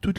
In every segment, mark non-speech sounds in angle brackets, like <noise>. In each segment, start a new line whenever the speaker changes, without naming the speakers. Toute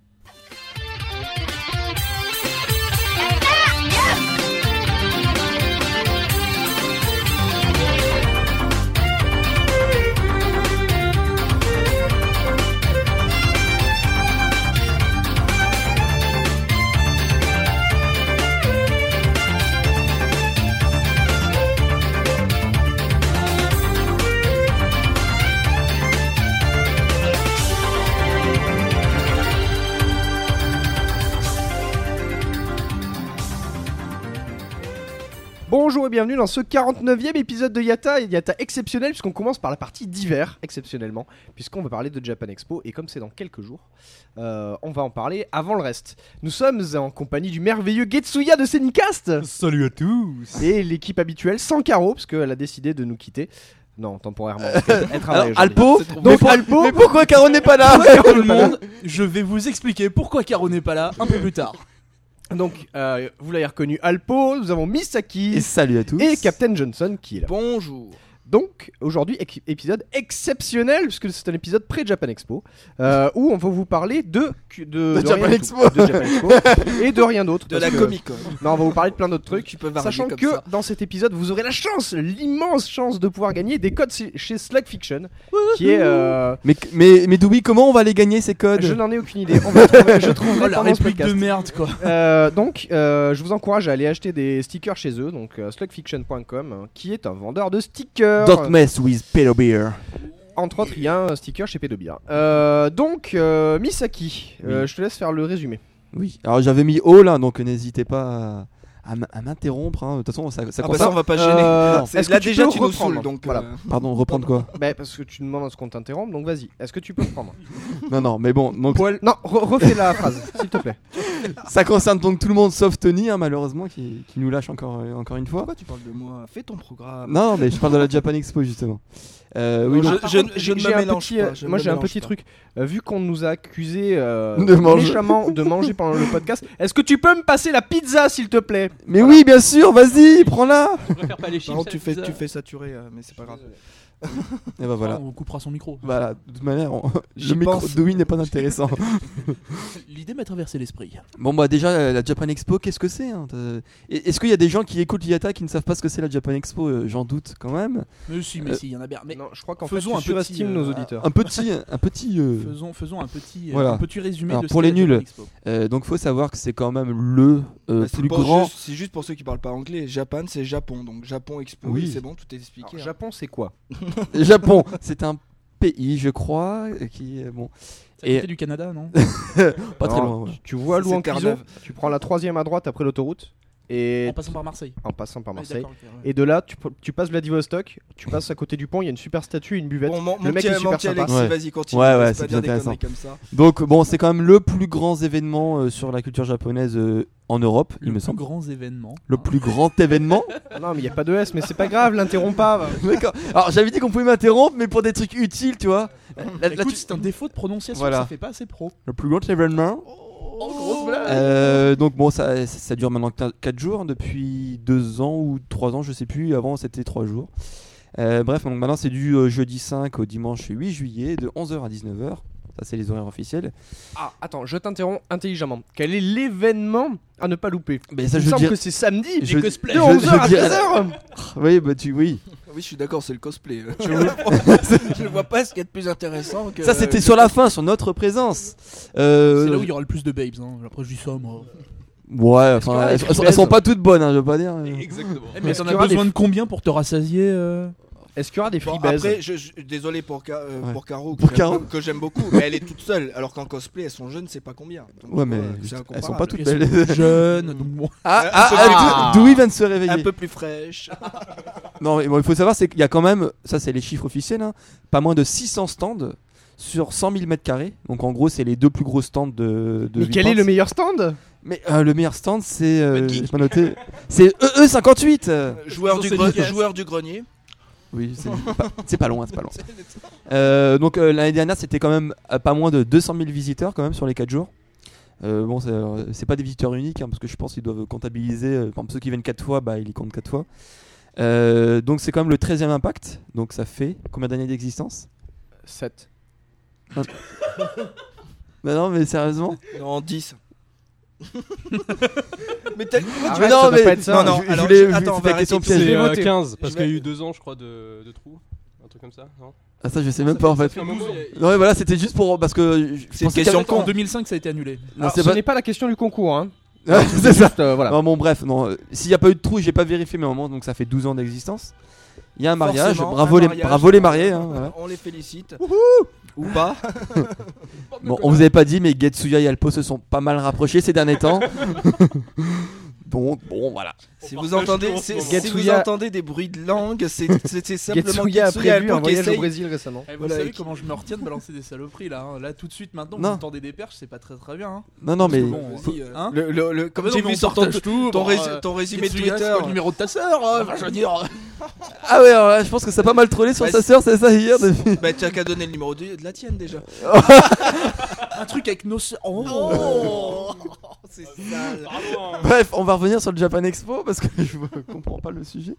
Bonjour et bienvenue dans ce 49e épisode de Yata, et Yata exceptionnel puisqu'on commence par la partie d'hiver, exceptionnellement, puisqu'on va parler de Japan Expo et comme c'est dans quelques jours, euh, on va en parler avant le reste. Nous sommes en compagnie du merveilleux Getsuya de Senicast
Salut à tous
et l'équipe habituelle sans carreau parce qu'elle a décidé de nous quitter. Non, temporairement. parce qu'elle- elle travaille
Alors,
aujourd'hui.
Alpo,
Donc,
mais,
Alpo-
mais pourquoi <laughs> Caro n'est pas là
Tout le monde, je vais vous expliquer pourquoi Caro n'est pas là un peu plus tard.
Donc, euh, vous l'avez reconnu, Alpo, nous avons Misaki
Et salut à tous.
et Captain Johnson qui est là.
Bonjour
Donc, aujourd'hui, équi- épisode exceptionnel, puisque c'est un épisode pré-Japan Expo, euh, où on va vous parler de, de, de
Japan
rien du
Expo.
tout, de Japan Expo et de rien d'autre.
De
parce
la
que-
Comic Con.
Non, on va vous parler de plein d'autres trucs.
Tu peux varier
Sachant
comme
que
ça.
dans cet épisode, vous aurez la chance, l'immense chance de pouvoir gagner des codes chez- chez Slack Fiction, qui est. euh,
Mais, mais, mais Doubi, comment on va les gagner ces codes
je n'en ai aucune idée. On va
<laughs>
trouver- je trouverai
Oh, la
pendant ce
réplique
podcast.
de merde quoi.
Euh, donc, euh, je vous encourage à aller acheter des stickers chez eux, donc euh, slugfiction.com, euh, qui est un vendeur de stickers.
Don't mess with Pedro Beer.
Entre autres, il y a un sticker chez Pedobia. Euh, donc, euh, Misaki, euh, je te laisse faire le résumé.
Oui, alors j'avais mis haut là, donc n'hésitez pas à, à m- à m'interrompre. hein. De toute façon, ça,
Ah
ça
bah
compte
ça
pas.
on va pas
Euh,
gêner.
Non.
C'est-
est-ce que
là
tu
déjà
peux
tu nous
reprendre
saoules donc
Voilà.
euh,
Pardon,
<laughs>
reprendre quoi
Bah, parce que tu demandes à ce qu'on t'interrompe, donc vas-y. Est-ce que tu peux prendre
Non, non, mais bon, donc
poil.
Non, re- refais la phrase, <laughs> s'il te plaît.
ça concerne donc tout le monde sauf Tony, hein, malheureusement, qui, qui nous lâche encore, euh, encore une fois.
Pourquoi tu parles de moi Fais ton programme.
Non, mais je parle de la Japan Expo justement. Euh, oui,
Je-
donc-
par
je-
contre,
je
j'ai-
ne me
j'ai un
mélange
petit,
pas,
euh,
je ne
moi,
me
j'ai un
mélange
petit
pas.
truc. Euh, vu qu'on nous a accusé euh,
De manger.
méchamment de manger pendant le podcast, est-ce que tu peux me passer la pizza, s'il te plaît
Mais oui, bien sûr, vas-y, prends-la
Je préfère pas les chips.
Par
à
contre, tu
la
fais,
pizza.
tu fais saturer, euh, mais c'est pas grave.
Et bah voilà.
Ah, on coupera son micro.
Voilà, de toute manière, on-
J'y
le micro
pense.
de Wii n'est pas intéressant.
L'idée m'a traversé l'esprit.
bon, bah déjà, euh, la Japan Expo, qu'est-ce que c'est hein T'as- Et- Est-ce qu'il y a des gens qui écoutent l'IATA qui ne savent pas ce que c'est la Japan Expo Euh, J'en doute quand même.
Mais si, mais
Euh,
si, il y en a bien. Mais
Non, je crois qu'en fait,
faisons
tu
un
surestimes
petit, euh,
nos auditeurs.
Un petit. Un petit euh,
faisons, faisons un petit, euh,
Voilà.
un petit résumé
Alors,
de ce
pour
qu'est
les
la Japan
nuls.
Expo.
euh, donc, faut savoir que c'est quand même le euh,
Ah,
Bah, c'est
plus
pas
grand.
juste- C'est juste pour ceux qui parlent pas anglais. Japan, c'est Japon. Donc Japon Expo,
Oui.
c'est bon, tout est expliqué.
Alors,
hein.
Japon, c'est quoi
<laughs> Japon, c'est un pays, je crois, euh, qui. euh, Bon,
C'est à
Et-
côté du Canada, non
pas très
Alors,
loin. ouais.
tu- Tu vois
Ça,
Lou en
c'est Terre
prison,
Neuve.
tu prends la troisième à droite après l'autoroute, et
En passant par Marseille.
en passant par
Ah,
Marseille.
d'accord, ok, ouais.
Et de là, tu, tu passes Vladivostok, tu passes à côté du pont, il y a une super statue, une buvette.
Bon, mon,
Le
mon
mec
petit,
est super
mon petit
sympa.
Alexis,
Ouais.
vas-y, continue.
Ouais,
laisse
ouais,
pas
c'est
dire des
intéressant.
conneries comme ça.
Donc, bon, c'est quand même le plus grand événement euh, sur la culture japonaise euh, en Europe,
Le
il me
plus
semble.
grand événement.
Le plus grand
<laughs>
événement
Non, mais il n'y a pas de S, mais c'est pas grave, l'interromps pas. va.
D'accord. Alors j'avais dit qu'on pouvait m'interrompre, mais pour des trucs utiles, tu vois. Là- là,
Euh, Écoute,
tu-
c'est un défaut de prononciation,
Voilà.
ça fait pas assez pro. Oh.
Le plus grand événement. Euh, donc bon, ça, ça dure maintenant 4 jours, hein, depuis 2 ans ou 3 ans, je sais plus. Avant, c'était 3 jours. Euh, bref, donc maintenant, c'est du euh, jeudi 5 au dimanche 8 juillet, de 11h à 19h. Ça, c'est les horaires officiels.
Ah, attends, je t'interromps intelligemment. Quel est l'événement à ne pas louper
Mais ça,
Il me
je
semble
dirais-
que c'est samedi,
Je-
Des cosplays.
de
je-
11h à
je dirais-
13h
Oui, bah tu, oui.
Oui, je suis d'accord, c'est le cosplay. Je ne vois pas <laughs> ce qu'il y a de plus intéressant que.
Ça, c'était sur la fin, sur notre présence. Euh,
C'est là où il y aura le plus de babes. Hein. Après, je dis ça, moi.
Ouais, enfin,
Est-ce
elles,
qu'il y aura des
elles sont-
trucs
elles sont
baises
pas toutes bonnes, hein, je veux pas dire. euh.
Exactement.
mais
est-ce
t'en
qu'il y
as
aura
besoin de combien pour te rassasier <laughs> euh
Est-ce qu'il y aura des
Bon,
freebase
après, je, je- désolé pour, Ca- euh,
Ouais.
pour Caro, que
Pour
j'aime-
Caro.
que j'aime beaucoup, mais elle est toute seule. Alors qu'en cosplay, elles sont jeunes, c'est pas combien. Donc,
Ouais, mais
euh,
elles
c'est
sont
incomparable.
pas toutes
Elles sont
belles.
jeunes, donc bon.
<laughs> Ah,
Un
ah,
peu
ah,
plus-
Dou- Douy vient de se réveiller.
Un peu plus fraîches.
Non, mais bon, il faut savoir, c'est qu'il y a quand même, ça c'est les chiffres officiels, hein, pas moins de 600 stands sur 100 000 mètres carrés. Donc en gros, c'est les deux plus gros stands de. de
Mais quel est
Villepinte.
le meilleur stand
Mais euh, le meilleur stand, c'est. Euh,
Geek.
j'ai pas noté. C'est EE58 euh.
Joueur
Dans
du,
ces
gre-
ligas.
joueur du grenier.
Oui, c'est pas, c'est pas loin, c'est pas loin. Euh, donc euh, l'année dernière, c'était quand même euh, pas moins de 200 000 visiteurs quand même sur les 4 jours. Euh, bon, c'est- alors, c'est pas des visiteurs uniques, hein, parce que je pense qu'ils doivent comptabiliser. euh, par exemple, ceux qui viennent 4 fois, bah, ils y comptent 4 fois. Euh, donc c'est quand même le 13e impact, donc ça fait combien d'années d'existence
7.
Bah non mais sérieusement
Non, 10. <laughs> mais t'as
Ah,
pourquoi
Arrête,
tu non,
ça doit
mais
pas être ça.
non, non,
hein. Je- je
alors,
voulais-
je- attends, on
c'était
va
la question
arrêter
piège. Je
tout
C'est
ça.
vais
euh,
voter.
15, parce
Je
qu'il y
vais-
a eu deux ans, je crois, de, de trous. Un truc comme ça, non
Ah ça je sais même pas en
Ça
fait.
fait un moment, il y a-
Non mais voilà c'était juste pour parce que je- je
C'est une
pensais
question
qu'avec-
con.
En 2005, ça a été annulé.
Non,
Alors,
c'est
ce
pas-
n'est pas la question du concours, hein.
<laughs> Ouais, <laughs> c'est ça.
Juste, euh, voilà.
Non, bon, bref, non. euh, S'il n'y a pas eu de trou, j'ai pas vérifié mes moments, donc ça fait 12 ans d'existence. Il y a un mariage,
Forcément,
bravo,
un
les,
mariage.
bravo les mariés. hein, voilà.
On les félicite. <laughs> Ou pas.
<laughs> Bon, on vous avait pas dit, mais Getsuya et Alpo se sont pas mal rapprochés ces derniers temps. <laughs> bon, bon, voilà.
Si
On
vous,
partage
entendez,
tout en ce
c'est-
moment.
si vous
Getsuya-
entendez des bruits de langue, <laughs> c'est c'est- c'est simplement
Getsuya a
Getsuya
prévu un
Alpo qui
voyage au
essaye.
Brésil récemment.
Eh, vous
Voilà,
savez
et-
comment je me retiens de balancer des saloperies là. hein. Là, tout de suite, maintenant,
Non.
vous entendez des perches, c'est pas très très bien. hein.
Non, non, mais.
Bon,
Vas-y, euh,
Hein
le- le- le- Comme
Mais non,
j'ai
mais
vu
on
sur ton,
partage tout.
ton
bon,
rési-
euh,
ton résumé
Getsuya, c'est
Twitter.
quoi le numéro de ta sœur. hein, enfin, je veux dire.
Ah ouais, alors là, je pense que ça a pas mal trollé sur
Bah,
sa sœur, c'est ça hier depuis. <laughs>
Bah, t'as qu'à donner le numéro de, de la tienne déjà.
Un truc avec nos sœurs. Oh.
<laughs> Oh, c'est sale.
Bravo, hein.
Bref, on va revenir sur le Japan Expo parce que <laughs> je comprends pas le sujet.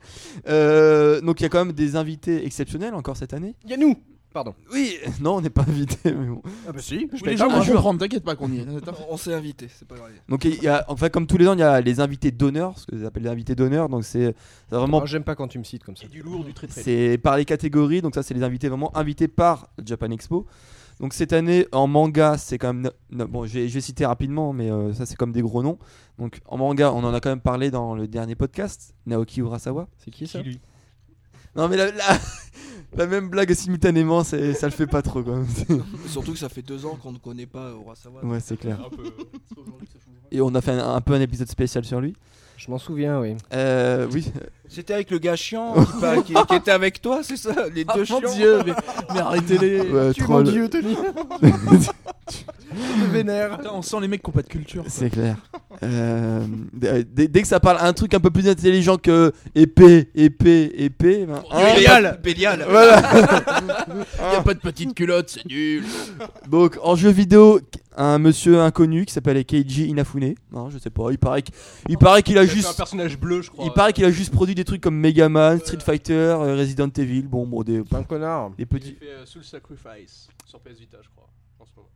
Euh, donc il y a quand même des invités exceptionnels encore cette année.
Yannou Pardon.
Oui, non, on n'est pas invités, mais bon.
Ah bah si, je
Oui, les
l'ai
gens
pas,
vont
moi.
comprendre, t'inquiète pas qu'on y est. Attends.
On s'est invité, c'est pas grave.
Donc il y a, en fait, comme tous les ans, il y a les invités d'honneur, ce que j'appelle les invités d'honneur. Donc c'est c'est vraiment
Alors, Ah, J'aime pas quand tu me cites comme ça.
Et du lourd, du très très.
c'est par les catégories. Donc ça, c'est les invités vraiment invités par le Japan Expo. Donc cette année en manga, c'est quand même no- no- bon. J'ai j'ai cité rapidement, mais euh, ça c'est comme des gros noms. Donc en manga, on en a quand même parlé dans le dernier podcast. Naoki Urasawa.
C'est qui
Qui, lui
Non mais la, la, <laughs> la même blague simultanément, c'est- ça le fait pas trop quand même.
Surtout que ça fait deux ans qu'on ne connaît pas Urasawa.
<laughs> Ouais, c'est clair.
Un peu.
Et on a fait un, un peu un épisode spécial sur lui.
Je m'en souviens, oui.
Euh, oui.
C'était avec le gars chiant qui, pa- qui- qui était avec toi, c'est ça Les
Ah,
deux
mon
chiants.
dieu, mais, mais arrêtez-les. <laughs>
Euh,
Ouais,
Tu es mon
troll.
dieu,
<laughs>
Tony Je te vénère
Putain, on sent les mecs qui ont pas de <laughs> culture. quoi.
C'est clair. Euh, d- dès, dès que ça parle un truc un peu plus intelligent que épée, épée, épée, ben, hein,
Bélial Bélial
voilà.
Y a pas de petite culotte, c'est nul.
Donc en jeu vidéo, un monsieur inconnu qui s'appelle Keiji Inafune. Non, je sais pas. Il paraît qu'il, il paraît qu'il a
Il a fait un
juste,
personnage bleu, je crois.
il paraît qu'il a juste produit des trucs comme Mega Man, Street Fighter, euh, Resident Evil. Bon, bon des,
C'est un connard.
des
Il
petits.
fait euh, Soul Sacrifice sur PS Vita, je crois. En ce moment.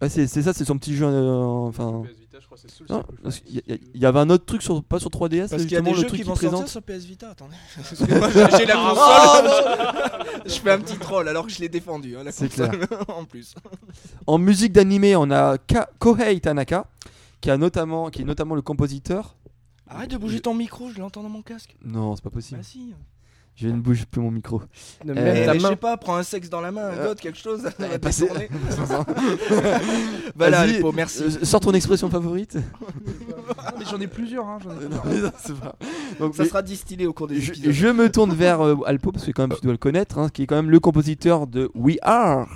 Ah, c'est, c'est ça, c'est son petit jeu. euh, enfin.
PS Vita, je crois, c'est Soul
Non, parce
Sacrifice.
qu'il y, a- il y avait un autre truc sur pas sur 3DS,
Parce qu'il y
justement
a des
le
jeux
truc
qui
qui
vont
présente.
sortir sur PS Vita, attendez. Parce que moi, j'ai- j'ai la console. je fais un petit troll alors que je l'ai défendu, hein, la
C'est
console, <laughs> en plus.
En musique d'animé, on a Ka- Kohei Tanaka, qui, a notamment, qui est notamment le compositeur.
Arrête de bouger ton micro, je l'entends dans mon casque.
Non, c'est pas possible.
Bah si.
Je ne bouge plus mon
<laughs>
micro.
Ne
Euh,
Eh,
mets ta
je sais
main.
pas, prends un sexe dans la main, un
Euh,
god, quelque chose. <laughs> on va
passez-
détourner. Voilà,
Vas-y,
Alpo, merci.
euh, sors ton expression favorite.
Ah, mais j'en ai plusieurs. Hein, j'en ai
Non,
plusieurs.
mais <laughs> non, c'est pas- Donc,
Euh, Ça
mais-
sera distillé au cours des
je,
épisodes.
je me tourne vers euh, Alpo parce que quand même tu dois le connaître, hein, qui est quand même le compositeur de We Are.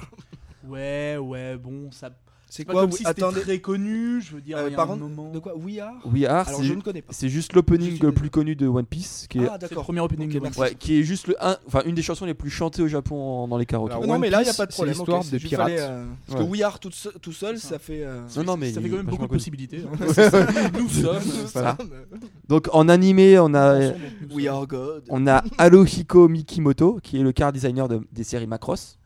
Ouais, ouais, bon, ça.
C'est
C'est pas
quoi
comme
oui,
si c'était
Attendez,
très connu. Je veux dire,
Euh,
il y a
par
un
contre,
moment.
de quoi We Are
We Are,
Alors
c'est
je
ju-
ne connais pas.
c'est juste
Je
l'opening
suis
le plus connu de One Piece, qui est,
Ah
C'est le
d'accord.
premier opening
Ok,
de
merci.
ouais, qui est juste le un- enfin une des chansons les plus chantées au Japon en- dans les carreaux.
Alors,
Ah non
One
mais là il a
Piece,
pas de
c'est
problème.
l'histoire
ok,
des
je fallais,
pirates.
euh, parce que
Ouais.
We Are tout, se- tout seul ça fait.
<laughs>
euh,
Non, non, mais
ça
il
fait
est
quand même beaucoup
vachement
de
connu.
possibilités. hein.
nous sommes. nous
Voilà.
sommes, euh,
Donc en animé, on a
We Are God.
On a Alohiko Mikimoto, qui est le car designer de- des séries Macross.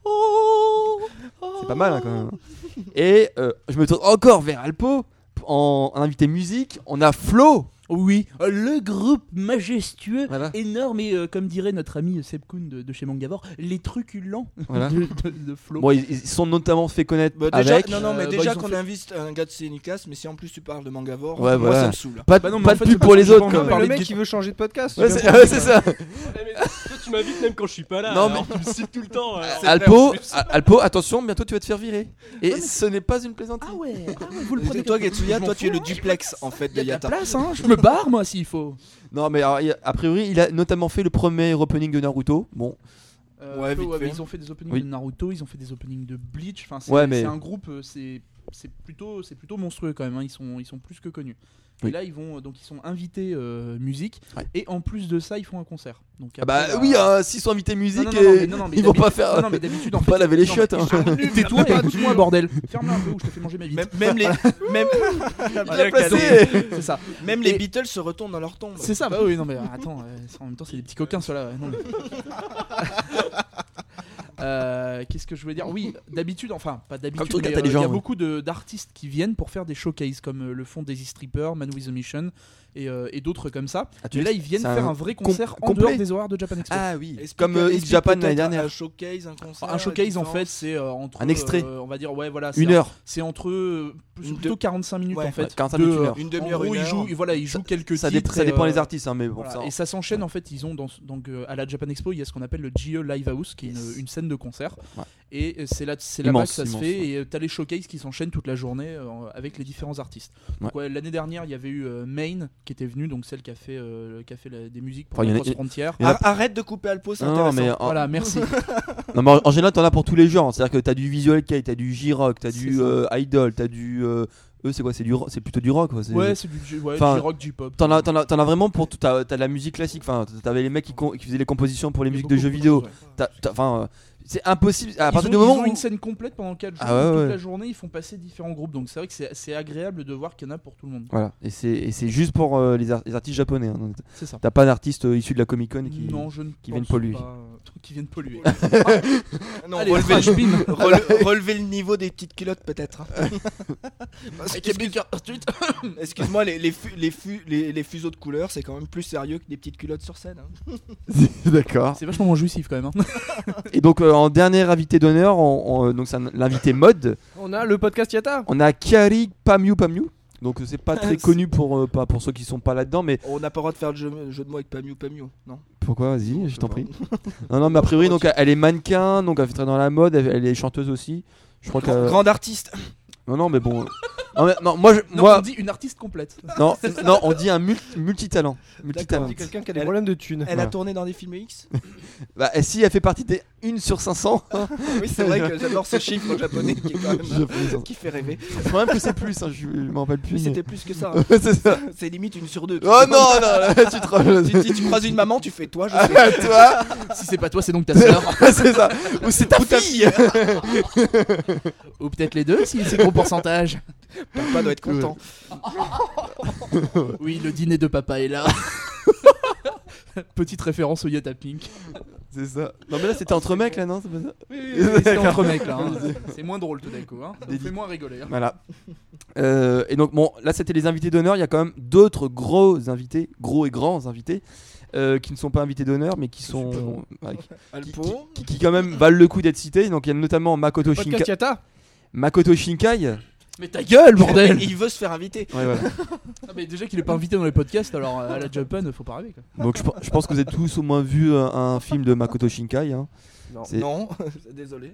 Oh,
C'est pas mal hein, quand même. hein. Et euh, je me tourne encore vers Alpo. En, en invité musique, on a Flo.
<laughs> Oui, euh, le groupe majestueux,
Voilà.
énorme et euh, comme dirait notre ami Seb Kuhn de, de chez Mangavor, les truculents <laughs>
Voilà.
de, de- de Flo.
Bon, ils, ils sont notamment fait connaître
Bah, déjà,
avec.
non non mais
euh, bah,
déjà
ils ont
qu'on
fait-
invite un gars de Sénicas, mais si en plus tu parles de Mangavor,
Ouais,
moi
voilà.
ça me saoule.
Pas,
Bah non, mais
pas
en
de
fait,
pub
c'est
pour
pas
les
forcément
autres.
le
quoi.
même.
Mais
parler
le
de
mec
Get-
qui veut changer de podcast.
<laughs> Ouais,
tu
c'est
<laughs> viens
ouais, c'est ça.
Ah, mais toi, tu m'invites même quand je suis pas là.
Non, Ah,
alors Tu me cites tout le temps. euh. alors.
Alpo, Al- Alpo, attention, bientôt tu vas te faire virer. Et ce n'est pas une plaisanterie.
Ah ouais, ah ouais, vous le
Et
prenez
toi
comme-
Getsuya,
je m'en
toi tu es
fous,
le
hein.
duplex en fait
Il y
de
a de la
Yata.
place, hein, je me barre moi s'il faut.
Non, mais alors, il a- a priori, il a notamment fait le premier opening de Naruto. Bon,
Euh,
Ouais,
Flo,
vite
ouais, mais
fait.
ils ont fait des openings
Oui.
de Naruto, ils ont fait des openings de Bleach. Enfin, c'est
Ouais, mais-
c'est un groupe, euh, c'est c'est plutôt, c'est plutôt monstrueux quand même. hein. Ils sont, ils sont plus que connus. Et
Oui.
là, ils vont, donc ils sont invités euh, musique.
Ouais.
Et en plus de ça, ils font un concert. Donc
Ah bah
après, là-
oui, hein, s'ils sont invités
Non,
musique,
non, non,
et
mais non, non, mais
ils vont pas
d'habitude-
faire.
Non,
<laughs>
non, mais d'habitude,
ils
en
vont
fait,
pas laver les
non,
chiottes,
mais
hein. <laughs>
ils sont venus,
Tais-toi,
ferme-la, écoute-moi, bordel. Ferme-la un peu ou je te fais manger ma bite.
Même,
<laughs>
même les, même,
Il a
Bien
placé.
C'est ça.
cadeau. Même les Beatles se retournent dans leur tombe.
C'est ça, bah oui, non mais attends, euh, ça, en même temps c'est des petits coquins ceux-là. ouais, non, mais- <laughs> Euh, Qu'est-ce que je voulais dire Oui, d'habitude, enfin pas
Un
d'habitude,
truc
mais, euh, il y
intelligent,
a
ouais.
beaucoup de- d'artistes qui viennent pour faire des showcases comme euh, le font Daisy Stripper, Man with a Mission et, euh, et d'autres comme ça.
Ah, tu
Et
dis-
là ils viennent
c'est un
faire un vrai
com-
concert en
complet
dehors des horaires de Japan Expo.
Ah oui,
Explique-
comme euh, X
explique
Japan l'année
peut-être
dernière.
Un showcase, un concert.
un showcase en
différent.
fait c'est euh, entre
Un extrait.
euh, on va dire ouais voilà c'est
Une
un-
heure.
c'est entre euh, plus-
Une
plutôt 45 minutes
Ouais,
en fait
45
de- euh,
minutes, une heure.
Une
en
demi-heure,
gros
une
ils
heure.
jouent, et voilà ils jouent quelques
Ça, dé-
titres
ça
et,
dépend
euh,
des artistes, hein, mais bon,
Voilà,
ça.
Et ça s'enchaîne en fait, ils ont dans, ce- donc euh, à la Japan Expo, il y a ce qu'on appelle le GE Live House, qui est
Yes.
une, une scène de concert.
Ouais.
Et euh, c'est là, c'est là-bas
Immense,
que ça
immense,
se fait.
ouais.
Et euh, t'as les showcases qui s'enchaînent toute la journée euh, avec les différents artistes. Donc, ouais, l'année dernière, il y avait eu euh, Maine qui était venue, donc celle qui a fait, euh, qui a fait la- des musiques pour
Enfin, il y en
la
a- Ah.
Cross Frontière.
Et là-
Ar- Arrête de couper Alpo, c'est
Non, non,
intéressant.
mais, en,
Voilà, merci.
non, mais en- en général, t'en as pour tous les genres. C'est-à-dire que t'as du Visual Kei, t'as du J-Rock, t'as
C'est
du
ça.
euh, Idol, t'as du. euh, eux, c'est quoi C'est du ro- c'est plutôt du rock. quoi, <laughs> c'est-
ouais, c'est du, ouais,
Enfin,
du rock, du pop.
T'en as, t'en as- t'en as vraiment pour tout. T'as t'as de la musique classique. Enfin, t'avais les mecs qui, con- qui faisaient les compositions pour les
Il y a
musiques de
beaucoup,
jeux
beaucoup
vidéo.
choses, ouais.
T'as- t'as- Enfin, euh, c'est impossible. À partir
ils ont,
du
ils
moment
ont
où
une scène complète pendant 4 jours,
Ah ouais,
toute
ouais.
la journée, ils font passer différents groupes. Donc c'est vrai que c'est c'est agréable de voir qu'il y en a pour tout le monde.
Voilà, et c'est et c'est juste pour euh, les, ar- les artistes japonais. hein. Donc,
C'est ça.
T'as pas d'artiste euh, issu de la Comic Con qui.
non, je ne
qui viennent
pense
polluer.
pas, euh, Qui viennent polluer.
euh,
Non,
Allez,
relevez,
Flash Beam. <laughs>
rele- relevez le niveau des petites culottes peut-être. hein. <laughs> Excuse- Bah, Excuse-moi, les, les, fu- les, fu- les- les fuseaux de couleur, c'est quand même plus sérieux que des petites culottes sur scène. hein.
<laughs> D'accord.
C'est vachement moins jouissif quand même. hein.
Et donc euh, en dernier invité d'honneur, on- on, euh, donc c'est un- l'invité mode.
On a le podcast Yata.
On a Kari Pamiu Pamiu. Donc euh, c'est pas très
C'est-
connu pour euh, pas pour ceux qui sont pas là-dedans, mais
On n'a pas le droit de faire le jeu, jeu de mots avec Pamiou Pamiou, non
pourquoi Vas-y, je t'en prie.
Pardon.
<laughs> Non, non, mais a priori donc elle est mannequin, donc elle fait très dans la mode, elle, elle est chanteuse aussi. Je crois que
Grande artiste.
non, non, mais bon. euh, Non, mais- non, moi, je-
Non, on
moi,
dit une artiste complète.
non, non, on dit un multi- multitalent,
D'accord.
multitalent.
dit quelqu'un qui a des
Elle-
problèmes de thunes.
Elle a
Voilà.
tourné dans des
<laughs>
films X.
Bah, et si elle fait partie des 1 sur 500
oui, c'est vrai que j'adore ce chiffre japonais qui, est quand même, euh,
Je plaisante.
qui fait rêver.
Je crois même que c'est plus, hein, je, je m'en rappelle plus.
Mais
mais-
c'était plus que ça.
<laughs>
hein.
Ouais, c'est ça.
C'est limite une sur deux.
Oh non, non, là, tu te
Si
rends-
si tu croises une maman, tu fais toi, je sais.
Ah,
<laughs>
toi,
si c'est pas toi, c'est donc ta sœur.
c'est ça. Ou c'est ta fille.
<laughs>
<laughs>
Ou peut-être les deux, si c'est gros pourcentage.
Papa doit
<laughs>
être content.
<laughs> Oui, le dîner de papa est là. <laughs> Petite référence au Yata <laughs> Pink.
C'est ça. Non, mais là, c'était entre mecs, là, non C'est pas ça <laughs>
C'est entre mecs là. hein. C'est moins drôle tout d'un coup. Hein. Ça vous
Dédic-
fait moins rigoler. hein.
Voilà. Euh, et donc, bon, là, c'était les invités d'honneur. Il y a quand même d'autres gros invités, gros et grands invités, euh, qui ne sont pas invités d'honneur, mais qui sont. <laughs> ouais, qui-
Alpo.
qui, qui, quand même, valent le coup d'être cités. Donc, il y a notamment Makoto,
Podcast
Shinkai.
Yata.
Makoto Shinkai. Ouais,
Mais ta gueule,
Mais
bordel
Eh ben, Il veut se faire inviter.
voilà.
Ah, mais Déjà qu'il est pas invité dans les podcasts, alors euh, à la Japan, faut pas rêver. Quoi.
Donc, je, pe- je pense que vous avez tous au moins vu un, un film de Makoto Shinkai. hein.
Non,
C'est-
non, <laughs> désolé.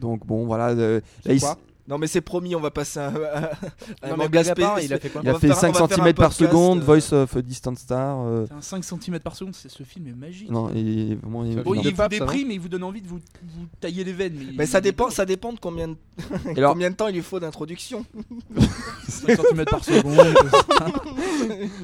Donc, bon, voilà. euh, là, il s-
quoi
Non mais c'est promis, on va passer un, <laughs> un- un
Non, mais
manga
blague à part,
spé-
il a fait quoi
Il
On
a
va
fait
faire- on
5
va faire un
cm par
podcast,
seconde,
euh,
Voice of a Distant Star. euh,
Putain, 5 cm par seconde, c'est- ce film est magique.
non, il est vraiment. il est
Bon,
Bon,
énorme.
il
de
vous
pape, ça,
déprime et il vous donne envie de vous, vous tailler les veines. Mais,
Mais ça dépend, ça dépend de combien
<laughs>
de,
Et alors,
combien de temps il lui faut d'introduction.
5 cm par seconde. euh,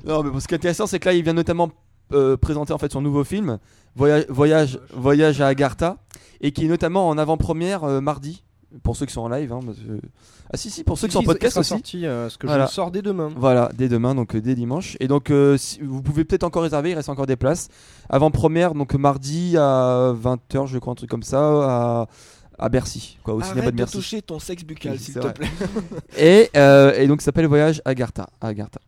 non, mais bon, ce qui est intéressant, c'est que là, il vient notamment euh, présenter en fait son nouveau film, Voyage, Voyage, Voyage à Agartha, et qui est notamment en avant-première euh, mardi. Pour ceux qui sont en live, hein, parce que- ah si si, pour ceux qui sont en
Si, il
podcast
sera
aussi.
sorti, euh, ce que
Voilà.
je sors dès demain.
Voilà, dès demain, donc euh, dès dimanche. Et donc, euh, si- vous pouvez peut-être encore réserver, il reste encore des places. Avant-première, donc mardi à 20h, je crois, un truc comme ça, à, à Bercy, quoi, au cinéma
Arrête
de
de
Bercy.
toucher ton sexe buccal,
Oui,
s'il
c'est
te
vrai.
plaît.
Et, euh, et donc ça s'appelle Voyage à Agartha. à Agartha.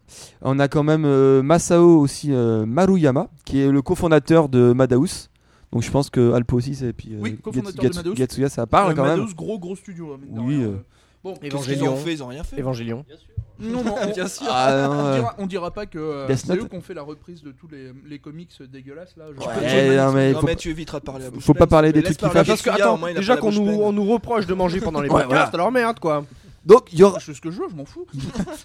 On a quand même euh, Masao aussi euh, Maruyama, qui est le cofondateur de Madhouse. Donc je pense que Alpo aussi, c'est- et puis euh,
Oui, cofondateur de Madhouse.
Gatsuya, ça parle euh,
Euh,
quand
Madhouse,
même.
gros gros studio. hein, mine de
Oui,
rien,
euh.
euh. Bon,
Qu'est-ce qu'ils
Évangélion.
ont fait Ils ont rien fait.
Évangélion.
non, non, on,
Bien sûr.
<laughs>
Ah,
<laughs>
non,
on
euh,
dira, on dira pas que euh,
Death
c'est
Note.
eux qu'on fait la reprise de tous les, les comics dégueulasses là. genre-
Ouais,
Ouais, non, mais
non
faut
mais
pas-
tu éviteras de parler à la bouche
faut pas
pleine,
parler
s'il te
des
plaît.
trucs
Laisse
qui
parler
fâchent.
Ah,
à
Parce que,
Gatsuya, au
attends,
moins, il a
déjà
pas la
qu'on
bouche
nous,
pleine.
on nous reproche de manger pendant les
Ouais,
podcasts,
voilà.
alors merde quoi.
Donc il y aura.
Je fais ce que je veux, je m'en fous. <laughs>